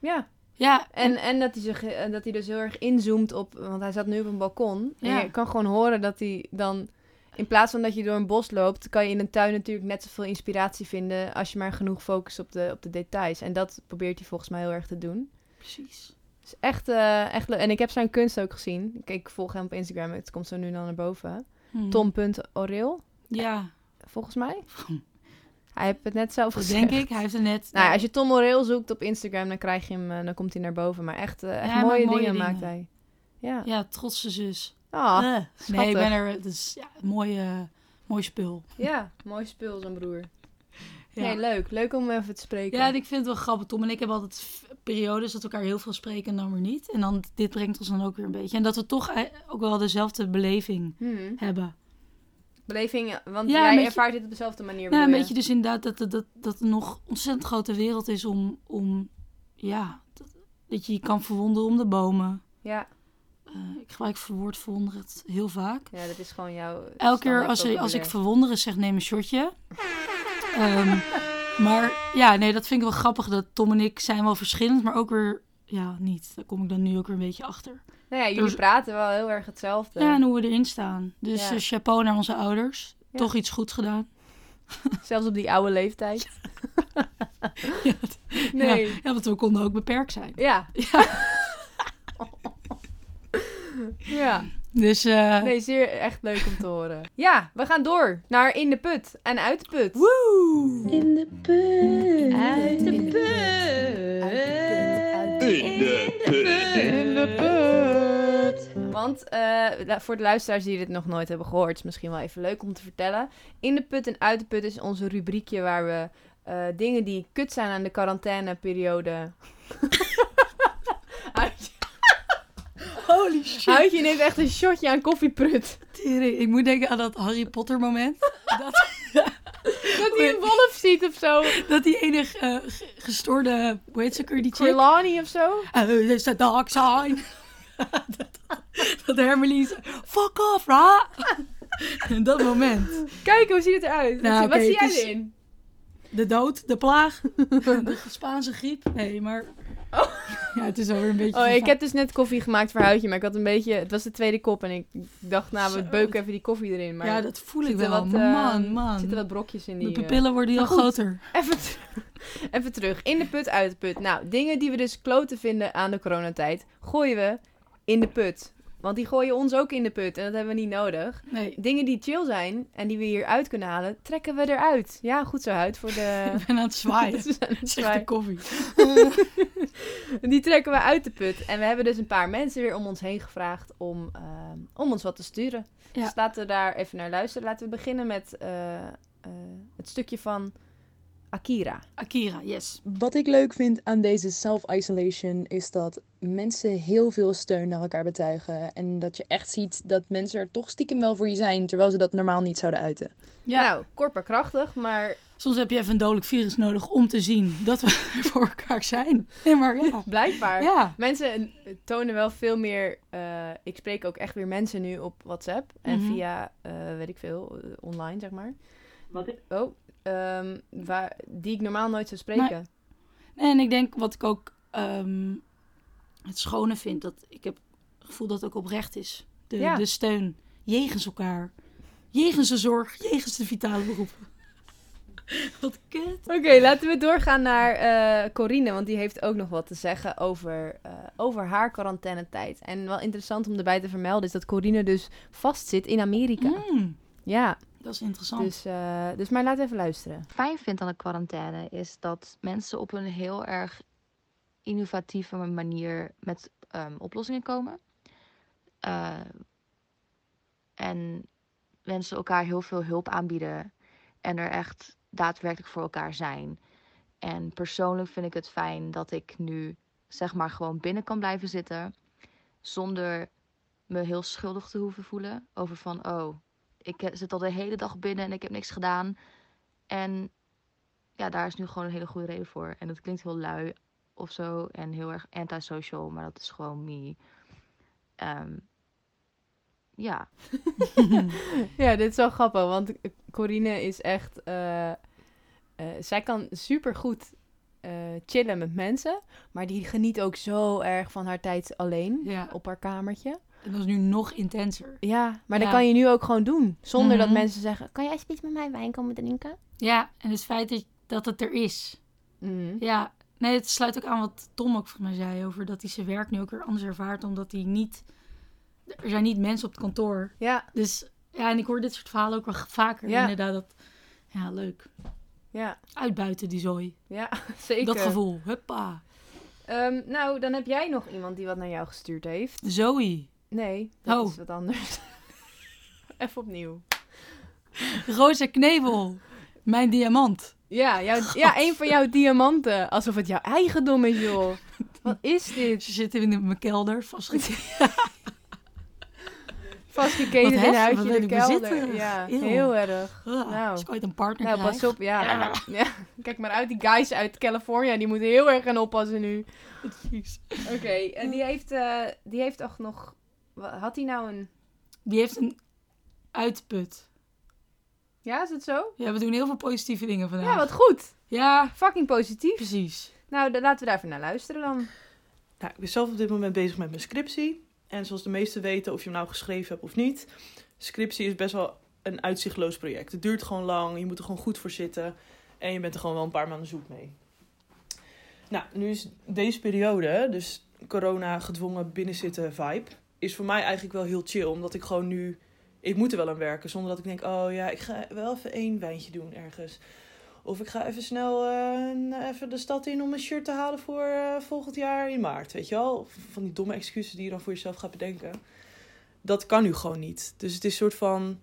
Ja, Ja, En, en dat, hij zich, en dat hij dus heel erg inzoomt op... Want hij zat nu op een balkon. Ja. En je kan gewoon horen dat hij dan... In plaats van dat je door een bos loopt... kan je in een tuin natuurlijk net zoveel inspiratie vinden... als je maar genoeg focust op de, op de details. En dat probeert hij volgens mij heel erg te doen. precies. Dus echt, eh, echt leuk. En ik heb zijn kunst ook gezien. Ik, ik volg hem op Instagram. Het komt zo nu en dan naar boven. Hm. Tom.oreel, Ja, volgens mij. Hij heeft het net zelf [laughs] dat gezegd. denk ik. Hij heeft er net... Nou, ja, als je Tom Moreel zoekt op Instagram, dan krijg je hem, eh, dan komt hij naar boven. Maar echt, eh, echt hij maakt mooie, mooie dingen, dingen. maakt hij. Ja. Ja, trotse zus. Ah, Eh, nee, ik schattig. ben er... Het is ja, een mooi, eh, mooi spul. ja, mooi spul zo'n broer. Ja. Nee, leuk. Leuk om even te spreken. Ja, en ik vind het wel grappig. Tom en ik hebben altijd f- periodes dat we elkaar heel veel spreken en dan weer niet. En dan, dit brengt ons dan ook weer een beetje. En dat we toch eh, ook wel dezelfde beleving Hmm. hebben. Beleving, want Ja, een jij beetje- ervaart dit op dezelfde manier. Nou, een bedoel beetje dus inderdaad dat, dat, dat, dat er nog ontzettend grote wereld is om... om ja, dat, dat je je kan verwonderen om de bomen. je. Ja. Eh, ik gebruik het woord verwonderen echt heel vaak. ja, dat is gewoon jouw. Elke keer standaard als, er- als ik vocabulaire. verwonderen zeg, neem een shotje. Ehm, maar ja, nee, dat vind ik wel grappig. Dat Tom en ik zijn wel verschillend, maar ook weer... Ja, niet. Daar kom ik dan nu ook weer een beetje achter. Nou ja, jullie Dus- praten wel heel erg hetzelfde. Ja, nou- en hoe we erin staan. Dus Ja. eh, chapeau naar onze ouders. Ja. Toch iets goed gedaan. Zelfs op die oude [laughs] leeftijd. Ja, Nee. Ja, want we konden ook beperkt zijn. Ja. Ja. [laughs] Dus eh, Nee, zeer echt leuk om te horen. Ja, we gaan door naar in de put en uit de put. In de put. Uit de put. In de put. In de put. Want eh, la- voor de luisteraars die dit nog nooit hebben gehoord, is misschien wel even leuk om te vertellen. In de put en uit de put is onze rubriekje waar we eh, dingen die kut zijn aan de quarantaineperiode. Huidje, holy shit. Huidje neemt echt een shotje aan koffieprut. Tering, Ah, ik moet denken aan dat Harry Potter moment. [laughs] dat, Dat hij een wolf ziet of zo. dat die enige eh, ge- gestoorde, hoe heet ze ook weer, die chick? Trelawney of zo. Uh, is the dark sign. dat, [laughs] dat Hermelie zei, fuck off, ra. [laughs] En dat moment. Kijk, hoe ziet het eruit? Nou, wat oké, zie het jij is- erin? De dood, de plaag, [laughs] de Spaanse griep. Nee, maar... Ja, het is alweer een beetje... Oh, ik vervaagd. heb dus net koffie gemaakt voor Huidje, maar ik had een beetje... Het was de tweede kop en ik dacht, nou, we Zo. beuken even die koffie erin. Maar ja, dat voel ik zitten wel. wat, eh, man, man. zitten wat brokjes in die... Mijn eh, pupillen worden heel maar goed. groter. Even, ter- [laughs] even terug. In de put, uit de put. Nou, dingen die we dus kloten vinden aan de coronatijd, gooien we in de put. Want die gooien ons ook in de put en dat hebben we niet nodig. Nee, Dingen die chill zijn en die we hieruit kunnen halen, trekken we eruit. Ja, goed zo uit voor de... ik ben aan het zwaaien. Dat is aan [laughs] het [laughs] Zegt de zwaaien. koffie. [laughs] Die trekken we uit de put. En we hebben dus een paar mensen weer om ons heen gevraagd om, ehm, om ons wat te sturen. Ja. Dus laten we daar even naar luisteren. Laten we beginnen met eh, eh, het stukje van Akira. Akira, yes. Wat ik leuk vind aan deze self-isolation is dat mensen heel veel steun naar elkaar betuigen. En dat je echt ziet dat mensen er toch stiekem wel voor je zijn, terwijl ze dat normaal niet zouden uiten. Ja. Nou, kort maar krachtig, maar Soms heb je even een dodelijk virus nodig om te zien dat we [laughs] er voor elkaar zijn. Nee, maar ja. Blijkbaar. Ja. Mensen tonen wel veel meer. eh, ik spreek ook echt weer mensen nu op WhatsApp en Mhm. via, eh, weet ik veel, eh, online zeg maar. Wat ik- Oh, ehm, waar, die ik normaal nooit zou spreken. Nee, en ik denk wat ik ook ehm, het schone vind, dat ik heb het gevoel dat het ook oprecht is. De, Ja. de steun. Jegens elkaar. Jegens de zorg. Jegens de vitale beroepen. [laughs] Wat kut. Oké, laten we doorgaan naar eh, Corine, want die heeft ook nog wat te zeggen over, eh, over haar quarantainetijd. En wel interessant om erbij te vermelden is dat Corine dus vastzit in Amerika. Mm, Ja, dat is interessant. dus, eh, dus maar laat even luisteren. fijn vind aan de quarantaine is dat mensen op een heel erg innovatieve manier met ehm, oplossingen komen. Eh, en mensen elkaar heel veel hulp aanbieden en er echt daadwerkelijk voor elkaar zijn. En persoonlijk vind ik het fijn dat ik nu zeg maar gewoon binnen kan blijven zitten zonder me heel schuldig te hoeven voelen over van oh, ik eh, zit al de hele dag binnen en ik heb niks gedaan. En ja, daar is nu gewoon een hele goede reden voor. En dat klinkt heel lui of zo en heel erg antisocial, maar dat is gewoon me. Ehm, ja, Ja, dit is wel grappig, want Corine is echt. eh, eh, zij kan supergoed eh chillen met mensen, maar die geniet ook zo erg van haar tijd alleen Ja, op haar kamertje. en dat is nu nog intenser. Ja, maar dat Ja. kan je nu ook gewoon doen, zonder Mhm. dat mensen zeggen: Kan jij alsjeblieft met mij wijn komen drinken? Ja, en het feit dat, dat het er is. Mhm. Ja, nee, het sluit ook aan wat Tom ook van mij zei over dat hij zijn werk nu ook weer anders ervaart, omdat hij niet... Er zijn niet mensen op het kantoor. Ja, Dus ja, en ik hoor dit soort verhalen ook wel vaker. Ja. Inderdaad, dat... Ja, leuk. ja, Uitbuiten die zooi. ja, [laughs] zeker. Dat gevoel. Huppa. Ehm, nou, dan heb jij nog iemand die wat naar jou gestuurd heeft. Zoe. Nee, dat Oh. is wat anders. [laughs] Even opnieuw. Rosa Knevel. Mijn diamant. Ja, jouw, [laughs] ja, een van jouw diamanten. Alsof het jouw eigendom is, [laughs] joh. Wat is dit? Ze zitten in mijn kelder [laughs] vastgekeken. Vastgeketen Wat in heftig, een huisje wat in de weet ik kelder. bezitterig. Ja, Eeuw. heel erg. Ah, Nou. Als ik ooit een partner Nou, krijg. pas op, ja. [laughs] ja. Kijk maar uit, die guys uit California, die moeten heel erg gaan oppassen [laughs] nu. Precies. Oké, en die heeft, eh, die heeft toch nog... wa- Had hij nou een... Die heeft een uitput. Ja, is het zo? Ja, we doen heel veel positieve dingen vandaag. Ja, wat goed. Ja, Fucking positief. precies. Nou, dan laten we daar even naar luisteren dan. Nou, ik ben zelf op dit moment bezig met mijn scriptie. En zoals de meesten weten, of je hem nou geschreven hebt of niet, scriptie is best wel een uitzichtloos project. Het duurt gewoon lang, je moet er gewoon goed voor zitten en je bent er gewoon wel een paar maanden zoet mee. Nou, nu is deze periode, dus corona gedwongen binnenzitten vibe, is voor mij eigenlijk wel heel chill. Omdat ik gewoon nu, ik moet er wel aan werken. Zonder dat ik denk, oh ja, ik ga wel even één wijntje doen ergens. Of ik ga even snel eh, naar- even de stad in om een shirt te halen voor eh, volgend jaar in maart. Weet je wel? Of Van die domme excuses die je dan voor jezelf gaat bedenken. Dat kan nu gewoon niet. Dus het is soort van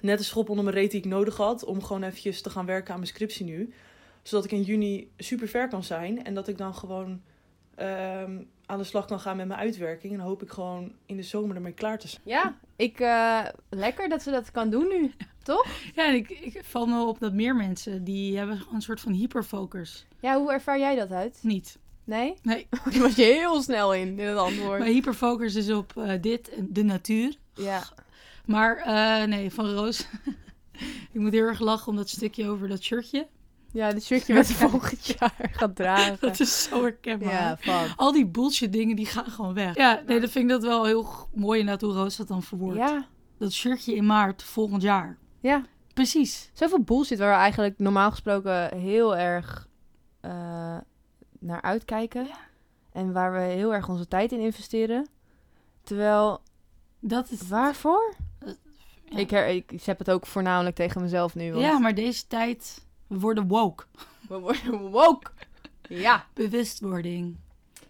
net een schop onder mijn reet die ik nodig had. Om gewoon eventjes te gaan werken aan mijn scriptie nu. Zodat ik in juni super ver kan zijn. En dat ik dan gewoon ehm, aan de slag kan gaan met mijn uitwerking. En dan hoop ik gewoon in de zomer ermee klaar te zijn. Ja, ik... eh, lekker dat ze dat kan doen nu. Ja, en ik, ik val me op dat meer mensen, die hebben gewoon een soort van hyperfocus. Ja, hoe ervaar jij dat uit? Niet. Nee? [laughs] Nee. Daar was je heel snel in, in het antwoord. Maar hyperfocus is op eh, dit en de natuur. Ja. Maar eh, nee, van Roos. [laughs] ik moet heel erg lachen om dat stukje over dat shirtje. [laughs] ja, dit shirtje wat je volgend jaar [laughs] gaat dragen. Dat is zo herkenbaar. Ja, fuck. Al die bullshit dingen, die gaan gewoon weg. Ja, nee, dat vind ik dat wel heel g- mooi inderdaad hoe Roos dat dan verwoordt. Ja, Dat shirtje in maart volgend jaar. ja. Precies. Zoveel bullshit waar we eigenlijk normaal gesproken heel erg eh, naar uitkijken. En waar we heel erg onze tijd in investeren. Terwijl, Dat is... waarvoor? Eh, Ja. Ik, her, ik zet het ook voornamelijk tegen mezelf nu. Want Ja, maar deze tijd, we worden woke. We worden [laughs] woke. Ja. Bewustwording,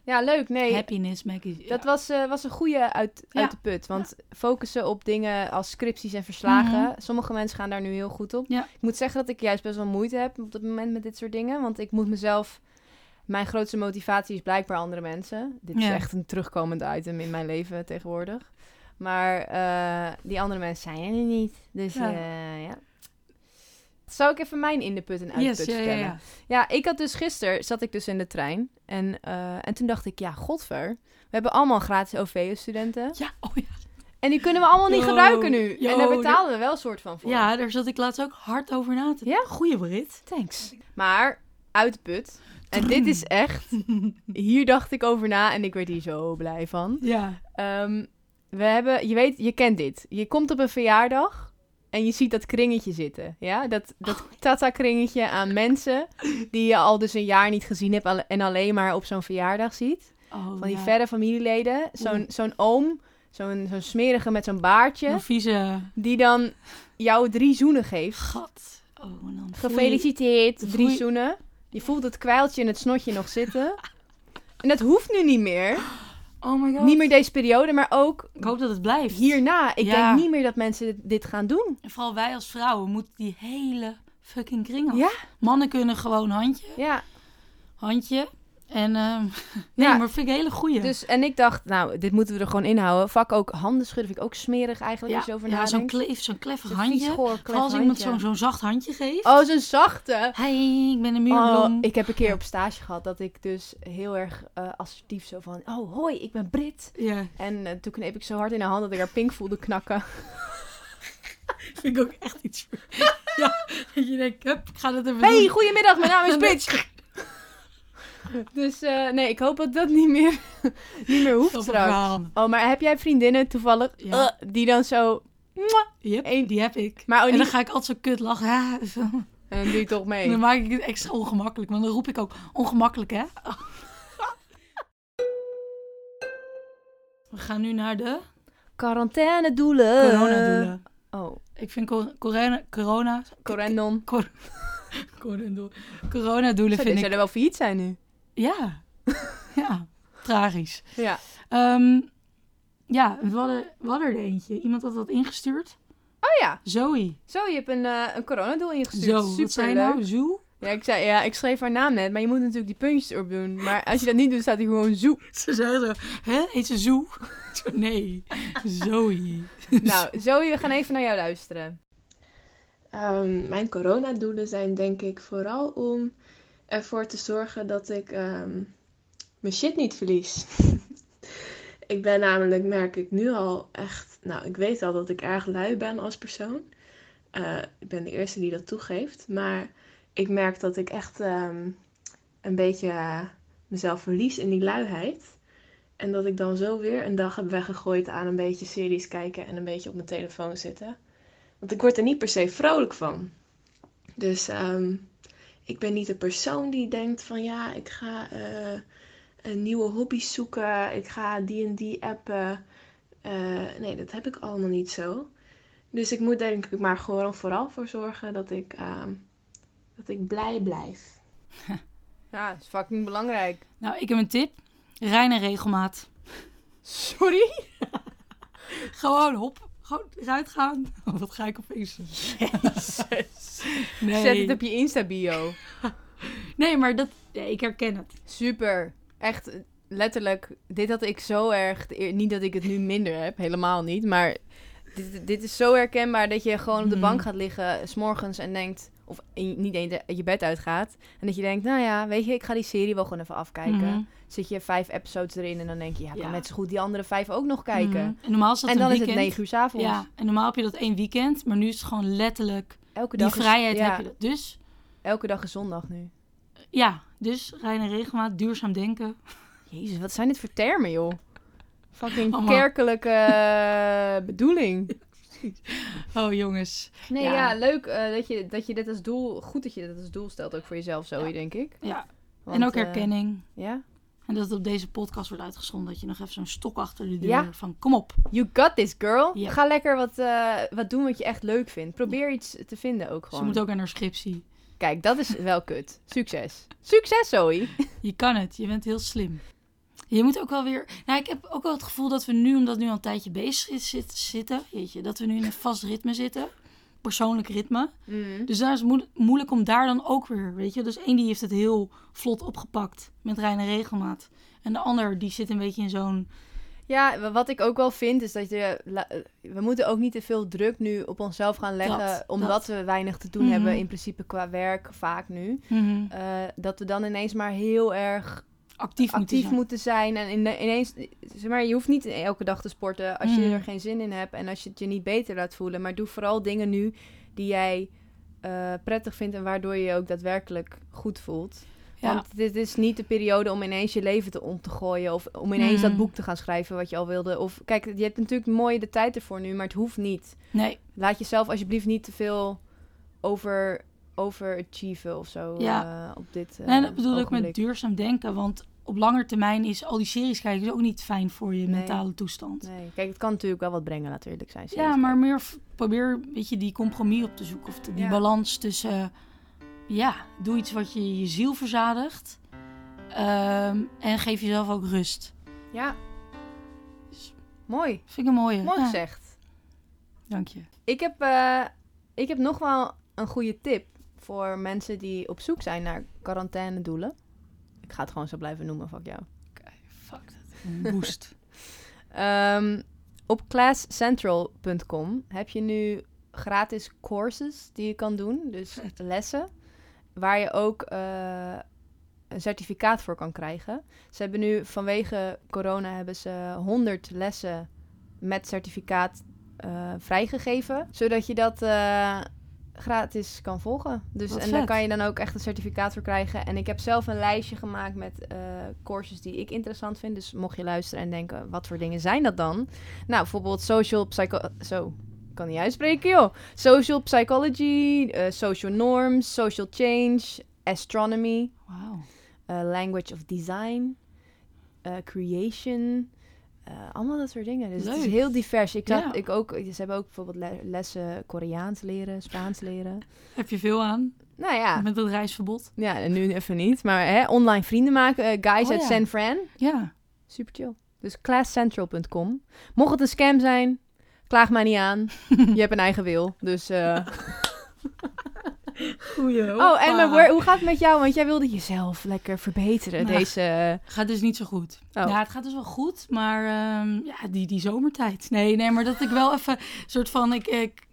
Ja, leuk. Nee, happiness, Maggie. Dat was, eh, was een goede uit, Ja. uit de put. Want focussen op dingen als scripties en verslagen. Mhm. Sommige mensen gaan daar nu heel goed op. Ja. Ik moet zeggen dat ik juist best wel moeite heb op dit moment met dit soort dingen. Want ik moet mezelf. Mijn grootste motivatie is blijkbaar andere mensen. Dit is Ja. echt een terugkomend item in mijn leven tegenwoordig. Maar eh, die andere mensen zijn er niet. Dus Ja. ja. ja. Zou ik even mijn in de put en uit de Yes, put ja, ja, vertellen? ja. Ja, ik had dus gisteren, zat ik dus in de trein. En, eh, en toen dacht ik, ja, godver. We hebben allemaal gratis OV-studenten. Ja, oh ja. En die kunnen we allemaal niet Yo, gebruiken nu. yo, en daar betalen we wel een soort van voor. Ja, daar zat ik laatst ook hard over na te Ja? Goeie Brit. Thanks. Maar, uit de put. En dit is [laughs] echt... Hier dacht ik over na en ik werd hier zo blij van. Ja. Ehm, we hebben... Je weet, je kent dit. Je komt op een verjaardag. en je ziet dat kringetje zitten. Ja, dat, Oh. dat Tata-kringetje aan mensen die je al dus een jaar niet gezien hebt al- en alleen maar op zo'n verjaardag ziet. Oh, Van die ja. verre familieleden. Zo'n zo'n oom, zo'n zo'n smerige met zo'n baardje, Een vieze die dan jou drie zoenen geeft. gat. Oh, en dan voel je- Gefeliciteerd, drie Voei. zoenen. Je voelt het kwijltje en het snotje nog zitten. En dat hoeft nu niet meer. [gasps] Oh my god. Niet meer deze periode, maar ook Ik hoop dat het blijft. hierna. Ik Ja. denk niet meer dat mensen dit, dit gaan doen. En vooral wij als vrouwen moeten die hele fucking kring af. Ja. Mannen kunnen gewoon handje. Ja, Handje. En ehm, [laughs] nee, Ja. maar vind ik een hele goeie. dus en ik dacht, nou, dit moeten we er gewoon inhouden. Vak ook handen schudden vind ik ook smerig eigenlijk ja, als je over ja nadenkt. zo'n kleef, zo'n kleffig Zo'n handje. vies, goor, klef Vooral als iemand handje. zo'n zo'n zacht handje geeft. Oh, zo'n zachte. Hey, ik ben een Oh, muurbloem. ik heb een keer op stage gehad dat ik dus heel erg eh, assertief zo van... Oh, hoi, ik ben Brit. [laughs] Ja, En eh, toen kneep ik zo hard in haar hand dat ik haar pink voelde [laughs] knakken. vind ik ook echt iets voor. [laughs] ja, dat je denkt, hup, ik ga dat even [laughs] Hey, doen. goedemiddag, mijn naam is Brit. dus eh, nee, ik hoop dat dat niet meer, [laughs] niet meer hoeft Grappig straks. verhaal. Oh, maar heb jij vriendinnen toevallig Ja. eh, die dan zo... "Mwah", Yep, Eén- die heb ik. Maar oh, en dan niet- ga ik altijd zo kut lachen. [laughs] Ja, En doe je toch mee. Dan maak ik het extra ongemakkelijk. Want dan roep ik ook ongemakkelijk, hè? We gaan nu naar de Quarantaine doelen. coronadoelen. Oh, Ik vind cor- corona... Corona... corendon. Coronadoelen coronadoelen Zou, vind zou ik... er wel failliet zijn nu? Ja. Ja. Tragisch. Ja. Ehm, ja, we hadden, we hadden er eentje. Iemand had dat ingestuurd. Oh ja, Zoe. zo, je hebt een, eh, een coronadoel Zo, ingestuurd. wat zei je Superleuk. nou? Zoe? Ja, ik zei, ja, ik schreef haar naam net, maar je moet natuurlijk die puntjes erop doen. Maar als je dat niet doet, staat hij gewoon zo. Ze zei [laughs] zo, hè? Heet ze Zoe? [laughs] Ik zo, nee, Zoe. Nou, Zoe, we gaan even naar jou luisteren. Ehm, mijn coronadoelen zijn denk ik vooral om ervoor te zorgen dat ik ehm, mijn shit niet verlies. [laughs] ik ben namelijk, merk ik nu al echt, nou ik weet al dat ik erg lui ben als persoon. Eh, ik ben de eerste die dat toegeeft, maar ik merk dat ik echt ehm, een beetje eh, mezelf verlies in die luiheid. En dat ik dan zo weer een dag heb weggegooid aan een beetje series kijken en een beetje op mijn telefoon zitten. Want ik word er niet per se vrolijk van. Dus ehm, ik ben niet de persoon die denkt van ja, ik ga eh, een nieuwe hobby zoeken. Ik ga die en die appen. Eh, nee, dat heb ik allemaal niet zo. Dus ik moet denk ik maar gewoon vooral voor zorgen dat ik, ehm, dat ik blij blijf. Ja, dat is fucking belangrijk. Nou, ik heb een tip. Rein en regelmaat. Sorry? Gewoon hop. Gewoon eruit gaan. [laughs] Oh, wat ga ik opeens [laughs] doen? Zet Nee. het op je Insta-bio. nee, maar dat... Nee, ik herken het. Super. Echt, eh, letterlijk. Dit had ik zo erg. de eer- Niet dat ik het nu minder heb, helemaal niet. Maar dit, dit is zo herkenbaar dat je gewoon op de Mhm. bank gaat liggen, s'morgens en denkt. Of in- niet eens uit je bed uitgaat. En dat je denkt, nou ja, weet je, ik ga die serie wel gewoon even afkijken. Mhm. Zit je vijf episodes erin en dan denk je, ja, ik kan Ja. net zo goed die andere vijf ook nog kijken. Mhm. En normaal is dat En een dan is weekend. het negen uur 's avonds. Ja, en normaal heb je dat één weekend. Maar nu is het gewoon letterlijk... Elke Die dag is- vrijheid ja, heb je. dat. Dus, Elke dag is zondag nu. ja. Dus rein en regelmaat. Duurzaam denken. Jezus, wat zijn dit voor termen, joh? Fucking Allemaal. kerkelijke eh, bedoeling. Oh, jongens. Nee, ja, Ja. leuk eh, dat, je, dat je dit als doel... Goed dat je dit als doel stelt, ook voor jezelf, Zoe, Ja. denk ik. Ja. Want, en ook eh, herkenning. Ja? En dat het op deze podcast wordt uitgezonden. Dat je nog even zo'n stok achter de deur. Ja. Van, kom op. You got this, girl. Ja. Ga lekker wat, eh, wat doen wat je echt leuk vindt. Probeer iets te vinden ook Ze gewoon. moet ook aan haar scriptie. Kijk, dat is wel kut. Succes. Succes, [laughs] Zoe. Je kan het. Je bent heel slim. Je moet ook wel weer... Nou, ik heb ook wel het gevoel dat we nu, omdat we nu al een tijdje bezig is- zit- zitten... Jeetje, dat we nu in een vast ritme zitten. Persoonlijk ritme. Dus daar is het moe- moeilijk om daar dan ook weer, weet je. Dus één die heeft het heel vlot opgepakt. Met reine regelmaat. En de ander, die zit een beetje in zo'n... Ja, wa- wat ik ook wel vind is dat je. la- eh, We moeten ook niet te veel druk nu op onszelf gaan leggen. Dat, omdat dat. we weinig te doen Mhm. hebben, in principe qua werk vaak nu. Eh, dat we dan ineens maar heel erg actief, actief moeten moeten zijn. En in- ineens. Zeg maar, je hoeft niet elke dag te sporten als je Mhm. er geen zin in hebt. En als je het je niet beter laat voelen. Maar doe vooral dingen nu die jij eh, prettig vindt en waardoor je je ook daadwerkelijk goed voelt. zijn. Ja. Want dit is niet de periode om ineens je leven te om te gooien. Of om ineens Mm. dat boek te gaan schrijven wat je al wilde. Of kijk, je hebt natuurlijk mooi de tijd ervoor nu, maar het hoeft niet. Nee. Laat jezelf alsjeblieft niet te veel over, overachieven of zo. Ja. eh, op dit eh, en dat bedoel ik ogenblik. met duurzaam denken, want op lange termijn is al die series kijken is ook niet fijn voor je Nee. mentale toestand. Nee. Kijk, het kan natuurlijk wel wat brengen natuurlijk zijn. Ja, maar meer v- probeer een beetje die compromis op te zoeken. Of de- die Ja. balans tussen... eh, Ja, doe iets wat je je ziel verzadigt. ehm, en geef jezelf ook rust. Ja. Mooi. Vind ik een mooie. Mooi Ja. gezegd. Dank je. Ik heb, eh, ik heb nog wel een goede tip voor mensen die op zoek zijn naar quarantainedoelen. Ik ga het gewoon zo blijven noemen, fuck jou. fuck dat. Boost. Ehm, op classcentral.com heb je nu gratis courses die je kan doen, dus lessen, waar je ook eh, een certificaat voor kan krijgen. Ze hebben nu vanwege corona hebben ze 100 lessen met certificaat eh, vrijgegeven, zodat je dat eh, gratis kan volgen. Dus Wat en daar vet. kan je dan ook echt een certificaat voor krijgen. En ik heb zelf een lijstje gemaakt met eh, courses die ik interessant vind. Dus mocht je luisteren en denken, wat voor dingen zijn dat dan? Nou, bijvoorbeeld social psycho... Zo, ik kan niet uitspreken, joh. Social psychology, eh, social norms, social change, astronomy, Wauw. eh, language of design, eh, creation... eh, allemaal dat soort dingen. Dus het Leuk. is heel divers. Ik, zag- Ja. ik ook, ze hebben ook bijvoorbeeld le- lessen Koreaans leren, Spaans leren. Heb je veel aan? Nou ja. Met dat reisverbod? Ja, en nu even niet. Maar hè, online vrienden maken. eh, guys Oh, uit ja. San Fran. Ja. Super chill. Dus classcentral.com. Mocht het een scam zijn, klaag mij niet [laughs] aan. Je hebt een eigen wil. Dus. eh, Goeie Oh, en mijn wor- hoe gaat het met jou? Want jij wilde jezelf lekker verbeteren. Nou, deze. eh, Gaat dus niet zo goed. Oh. Ja, het gaat dus wel goed, maar ehm, ja, die, die zomertijd. Nee, nee, maar dat ik wel even soort van, ik, ik,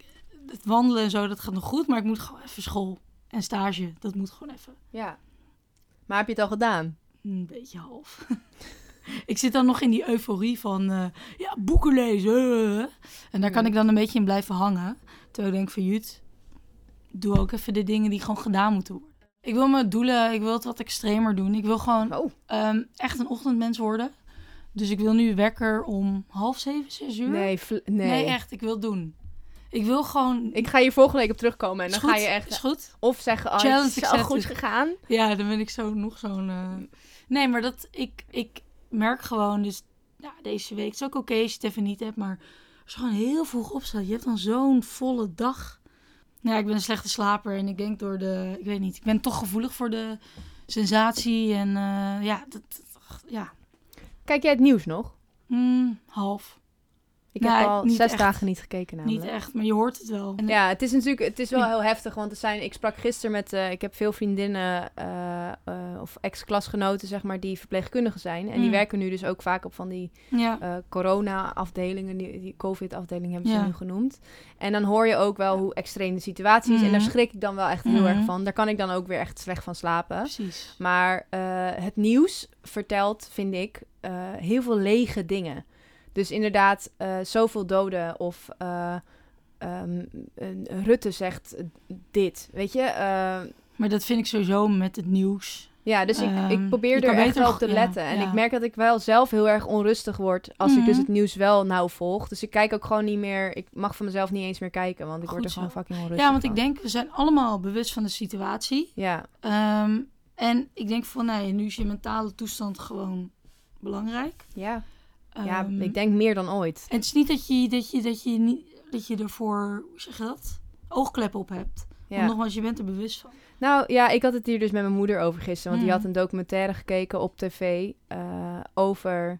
het wandelen en zo, dat gaat nog goed, maar ik moet gewoon even school en stage. Dat moet gewoon even Ja. Maar heb je het al gedaan? een beetje half. [laughs] ik zit dan nog in die euforie van, eh, ja, boeken lezen. eh. En daar kan ik dan een beetje in blijven hangen. Terwijl ik denk van, Jut, doe ook even de dingen die gewoon gedaan moeten worden. Ik wil mijn doelen, ik wil het wat extremer doen. Ik wil gewoon Oh. ehm, echt een ochtendmens worden. Dus ik wil nu wekker om half zeven, zes uur. Nee, fl- nee. Hm? echt, ik wil het doen. Ik wil gewoon... Ik ga hier volgende week op terugkomen. Is En dan goed, ga je echt. is goed. Of zeggen, oh, Challenge het is al goed accepted. gegaan. Ja, dan ben ik zo nog zo'n... eh, Nee, maar dat... Ik, ik merk gewoon dus... Ja, deze week. Het is ook oké als je het even niet hebt, maar... Als je gewoon heel vroeg opstaat, je hebt dan zo'n volle dag. Nou ja, ik ben een slechte slaper en ik denk door de... Ik weet niet, ik ben toch gevoelig voor de sensatie en eh, ja, dat, dat- ja, Kijk jij het nieuws nog? Mm, half. Ik Nee, heb al niet zes echt. dagen niet gekeken namelijk. Niet echt, maar je hoort het wel. Ja, het is natuurlijk het is wel heel heftig. Want er zijn, ik sprak gisteren met. eh, ik heb veel vriendinnen eh, eh, of ex-klasgenoten, zeg maar, die verpleegkundigen zijn. En die Mm. werken nu dus ook vaak op van die Ja. eh, corona-afdelingen, die, die COVID-afdeling hebben ze Ja. nu genoemd. En dan hoor je ook wel hoe extreem de situatie is. En daar Mhm. schrik ik dan wel echt heel erg Mhm. van. Daar kan ik dan ook weer echt slecht van slapen. Precies. Maar eh, het nieuws vertelt, vind ik, eh, heel veel lege dingen. Dus inderdaad, eh, zoveel doden of eh, ehm, een- Rutte zegt dit, weet je? eh, Maar dat vind ik sowieso met het nieuws. ja, dus ik, ik Ehm, probeer je er kan echt beter wel nog- op ja, te letten. En ja. ik merk dat ik wel zelf heel erg onrustig word als ik dus Mhm. het nieuws wel nauw volg. Dus ik kijk ook gewoon niet meer, ik mag van mezelf niet eens meer kijken, want ik word Goed er gewoon zo. fucking onrustig Ja, want ik van. denk, we zijn allemaal bewust van de situatie. Ja, Ehm, en ik denk van, nee, nu is je mentale toestand gewoon belangrijk. ja. Ehm, ja, ik denk meer dan ooit. En het is niet dat je, dat je, dat je, niet, dat je ervoor, hoe zeg je dat? Oogkleppen op hebt. Ja. Want nogmaals, je bent er bewust van. Nou ja, ik had het hier dus met mijn moeder over gisteren. Want die Mhm. had een documentaire gekeken op tv eh, over.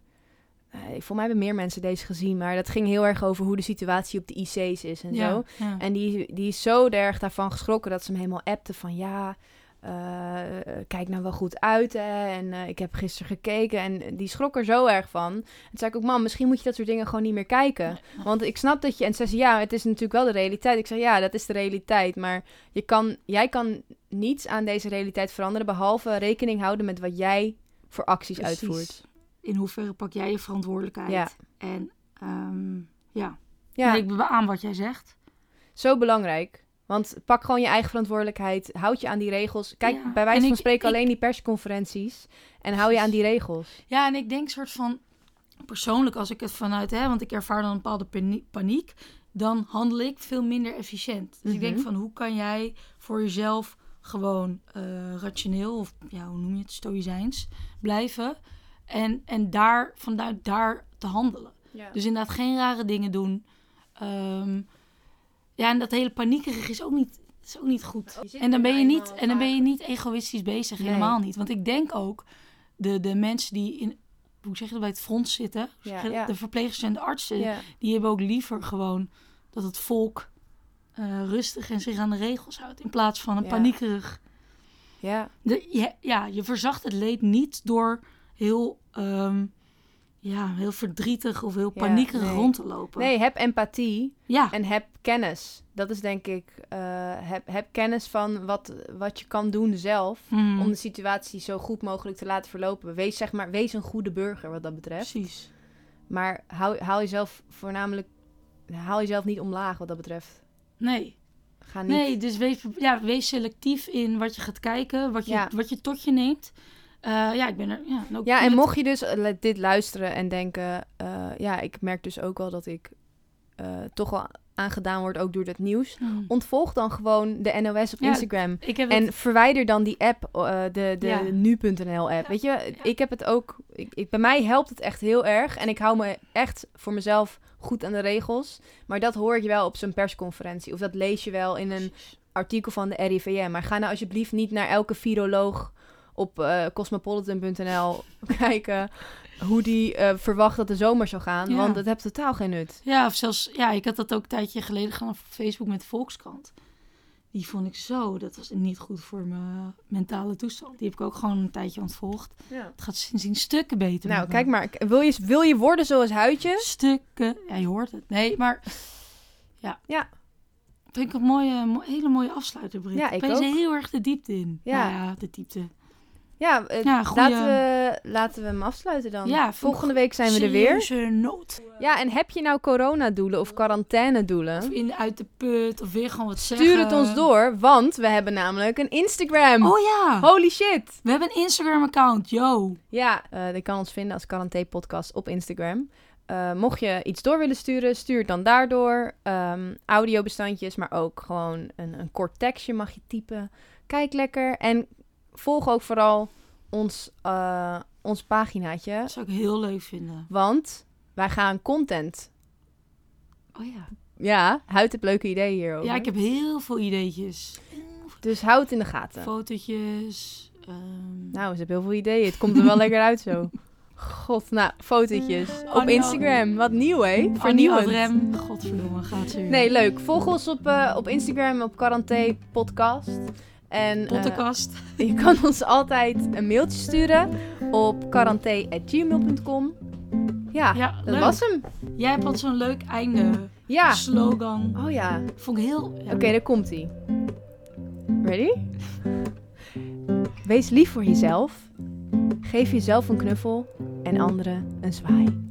eh, volgens mij hebben meer mensen deze gezien, maar dat ging heel erg over hoe de situatie op de IC's is en Ja, zo. ja. En die, die is zo erg daarvan geschrokken dat ze hem helemaal appte van ja, eh, eh, kijk nou wel goed uit hè. En eh, ik heb gisteren gekeken en die schrok er zo erg van. En toen zei ik ook, mam, misschien moet je dat soort dingen gewoon niet meer kijken. Want ik snap dat je, en ze zei ja, het is natuurlijk wel de realiteit. Ik zeg ja, dat is de realiteit, maar je kan, jij kan niets aan deze realiteit veranderen behalve rekening houden met wat jij voor acties Precies. uitvoert. In hoeverre pak jij je verantwoordelijkheid? Ja. En ehm, ja. Ja. En ik beaam wat jij zegt. Zo belangrijk. Want pak gewoon je eigen verantwoordelijkheid. Houd je aan die regels. Kijk, bij wijze en van ik- spreken alleen die persconferenties. En hou je aan die regels. Ja, en ik denk soort van persoonlijk als ik het vanuit, hè, want ik ervaar dan een bepaalde pani- paniek, dan handel ik veel minder efficiënt. Dus ik denk Mhm. van hoe kan jij voor jezelf gewoon eh, rationeel of ja, hoe noem je het, stoïcijns blijven en, en daar, vanuit daar te handelen. Ja. Dus inderdaad geen rare dingen doen. Ehm, ja, en dat hele paniekerige is ook niet, is ook niet goed. zit En dan ben je nou niet, eenmaal en dan ben je niet egoïstisch bezig, Nee. helemaal niet. Want ik denk ook de, de mensen die in, hoe zeg je dat, bij het front zitten, Ja, verschillen- ja. de verplegers en de artsen, Ja. die hebben ook liever gewoon dat het volk eh, rustig en zich aan de regels houdt. In plaats van een Ja. paniekerig. Ja. De, je, ja, je verzacht het leed niet door heel, ehm, ja, heel verdrietig of heel Ja, paniekerig nee. rond te lopen. Nee, heb empathie. Ja. En heb kennis. Dat is denk ik. eh, heb, heb kennis van wat, wat je kan doen zelf. Mhm. Om de situatie zo goed mogelijk te laten verlopen. Wees, zeg maar, wees een goede burger wat dat betreft. Precies. Maar hou, hou jezelf voornamelijk. Hou jezelf niet omlaag wat dat betreft. Nee. Ga niet. Nee, dus wees, ja, wees selectief in wat je gaat kijken, wat je, Ja. wat je tot je neemt. Eh, ja, ik ben er. Ja, ook Ja, en met- mocht je dus eh, dit luisteren en denken, eh, ja, ik merk dus ook wel dat ik eh, toch wel aangedaan word, ook door dat nieuws. Hmm. Ontvolg dan gewoon de NOS op Ja, Instagram. ik heb en het- verwijder dan die app, eh, de, de Ja. nu.nl app. Weet je, ik heb het ook, ik, ik- bij mij helpt het echt heel erg. En ik hou me echt voor mezelf goed aan de regels. Maar dat hoor je wel op zo'n persconferentie. Of dat lees je wel in een artikel van de RIVM. Maar ga nou alsjeblieft niet naar elke viroloog op eh, cosmopolitan.nl [laughs] kijken hoe die eh, verwacht dat de zomer zou gaan. Ja. Want dat heeft totaal geen nut. Ja, of zelfs, ja, ik had dat ook een tijdje geleden gedaan op Facebook met Volkskrant. Die vond ik zo, dat was niet goed voor mijn mentale toestand. Die heb ik ook gewoon een tijdje ontvolgd. Ja. Het gaat sindsdien stukken beter. Nou, met me. kijk maar. k- Wil je, wil je worden zoals Huidje? Stukken. Ja, je hoort het. Nee, maar ja. Ja. Vind ik een mooie, mo- hele mooie afsluiter, Britt. Ja, ik ben ook. heel erg de diepte in. Ja. Nou ja de diepte. Ja, eh, Ja, goeie- laten, we, laten we hem afsluiten dan. Ja, Volgende week zijn we er weer. serieuze nood. Ja, en heb je nou coronadoelen of quarantainedoelen? In, uit de put of weer gewoon wat Stuur het ons door, want we hebben namelijk een Instagram. Oh ja. Holy shit. We hebben een Instagram-account, yo. Ja, eh je kan ons vinden als Quaranté Podcast op Instagram. Eh, mocht je iets door willen sturen, stuur het dan daardoor. Ehm, audiobestandjes, maar ook gewoon een, een kort tekstje mag je typen. Kijk lekker en volg ook vooral ons, eh, ons paginaatje. Dat zou ik heel leuk vinden. Want wij gaan content. Oh ja. Ja, Huid heb leuke ideeën hierover. Ja, ik heb heel veel ideetjes. Dus houd het in de gaten. Fotootjes. ehm, Nou, ze hebben heel veel ideeën. Het komt er [laughs] wel lekker uit zo. God, nou, fotootjes. Oh, op no. Instagram. Wat nieuw, hè? oh, Annie Vernieuwend. Adrem. Godverdomme, gaat ze weer. Nee, leuk. Volg ons op, eh, op Instagram, op Quaranté Podcast. En, eh, Podcast. [laughs] je kan ons altijd een mailtje sturen op quaranté.gmail.com. Ja, ah, dat leuk. was hem. Jij hebt altijd zo'n leuk einde. Ja. Slogan. Oh ja. Vond ik heel... ja. Oké, daar komt ie. Ready? Wees lief voor jezelf. Geef jezelf een knuffel en anderen een zwaai.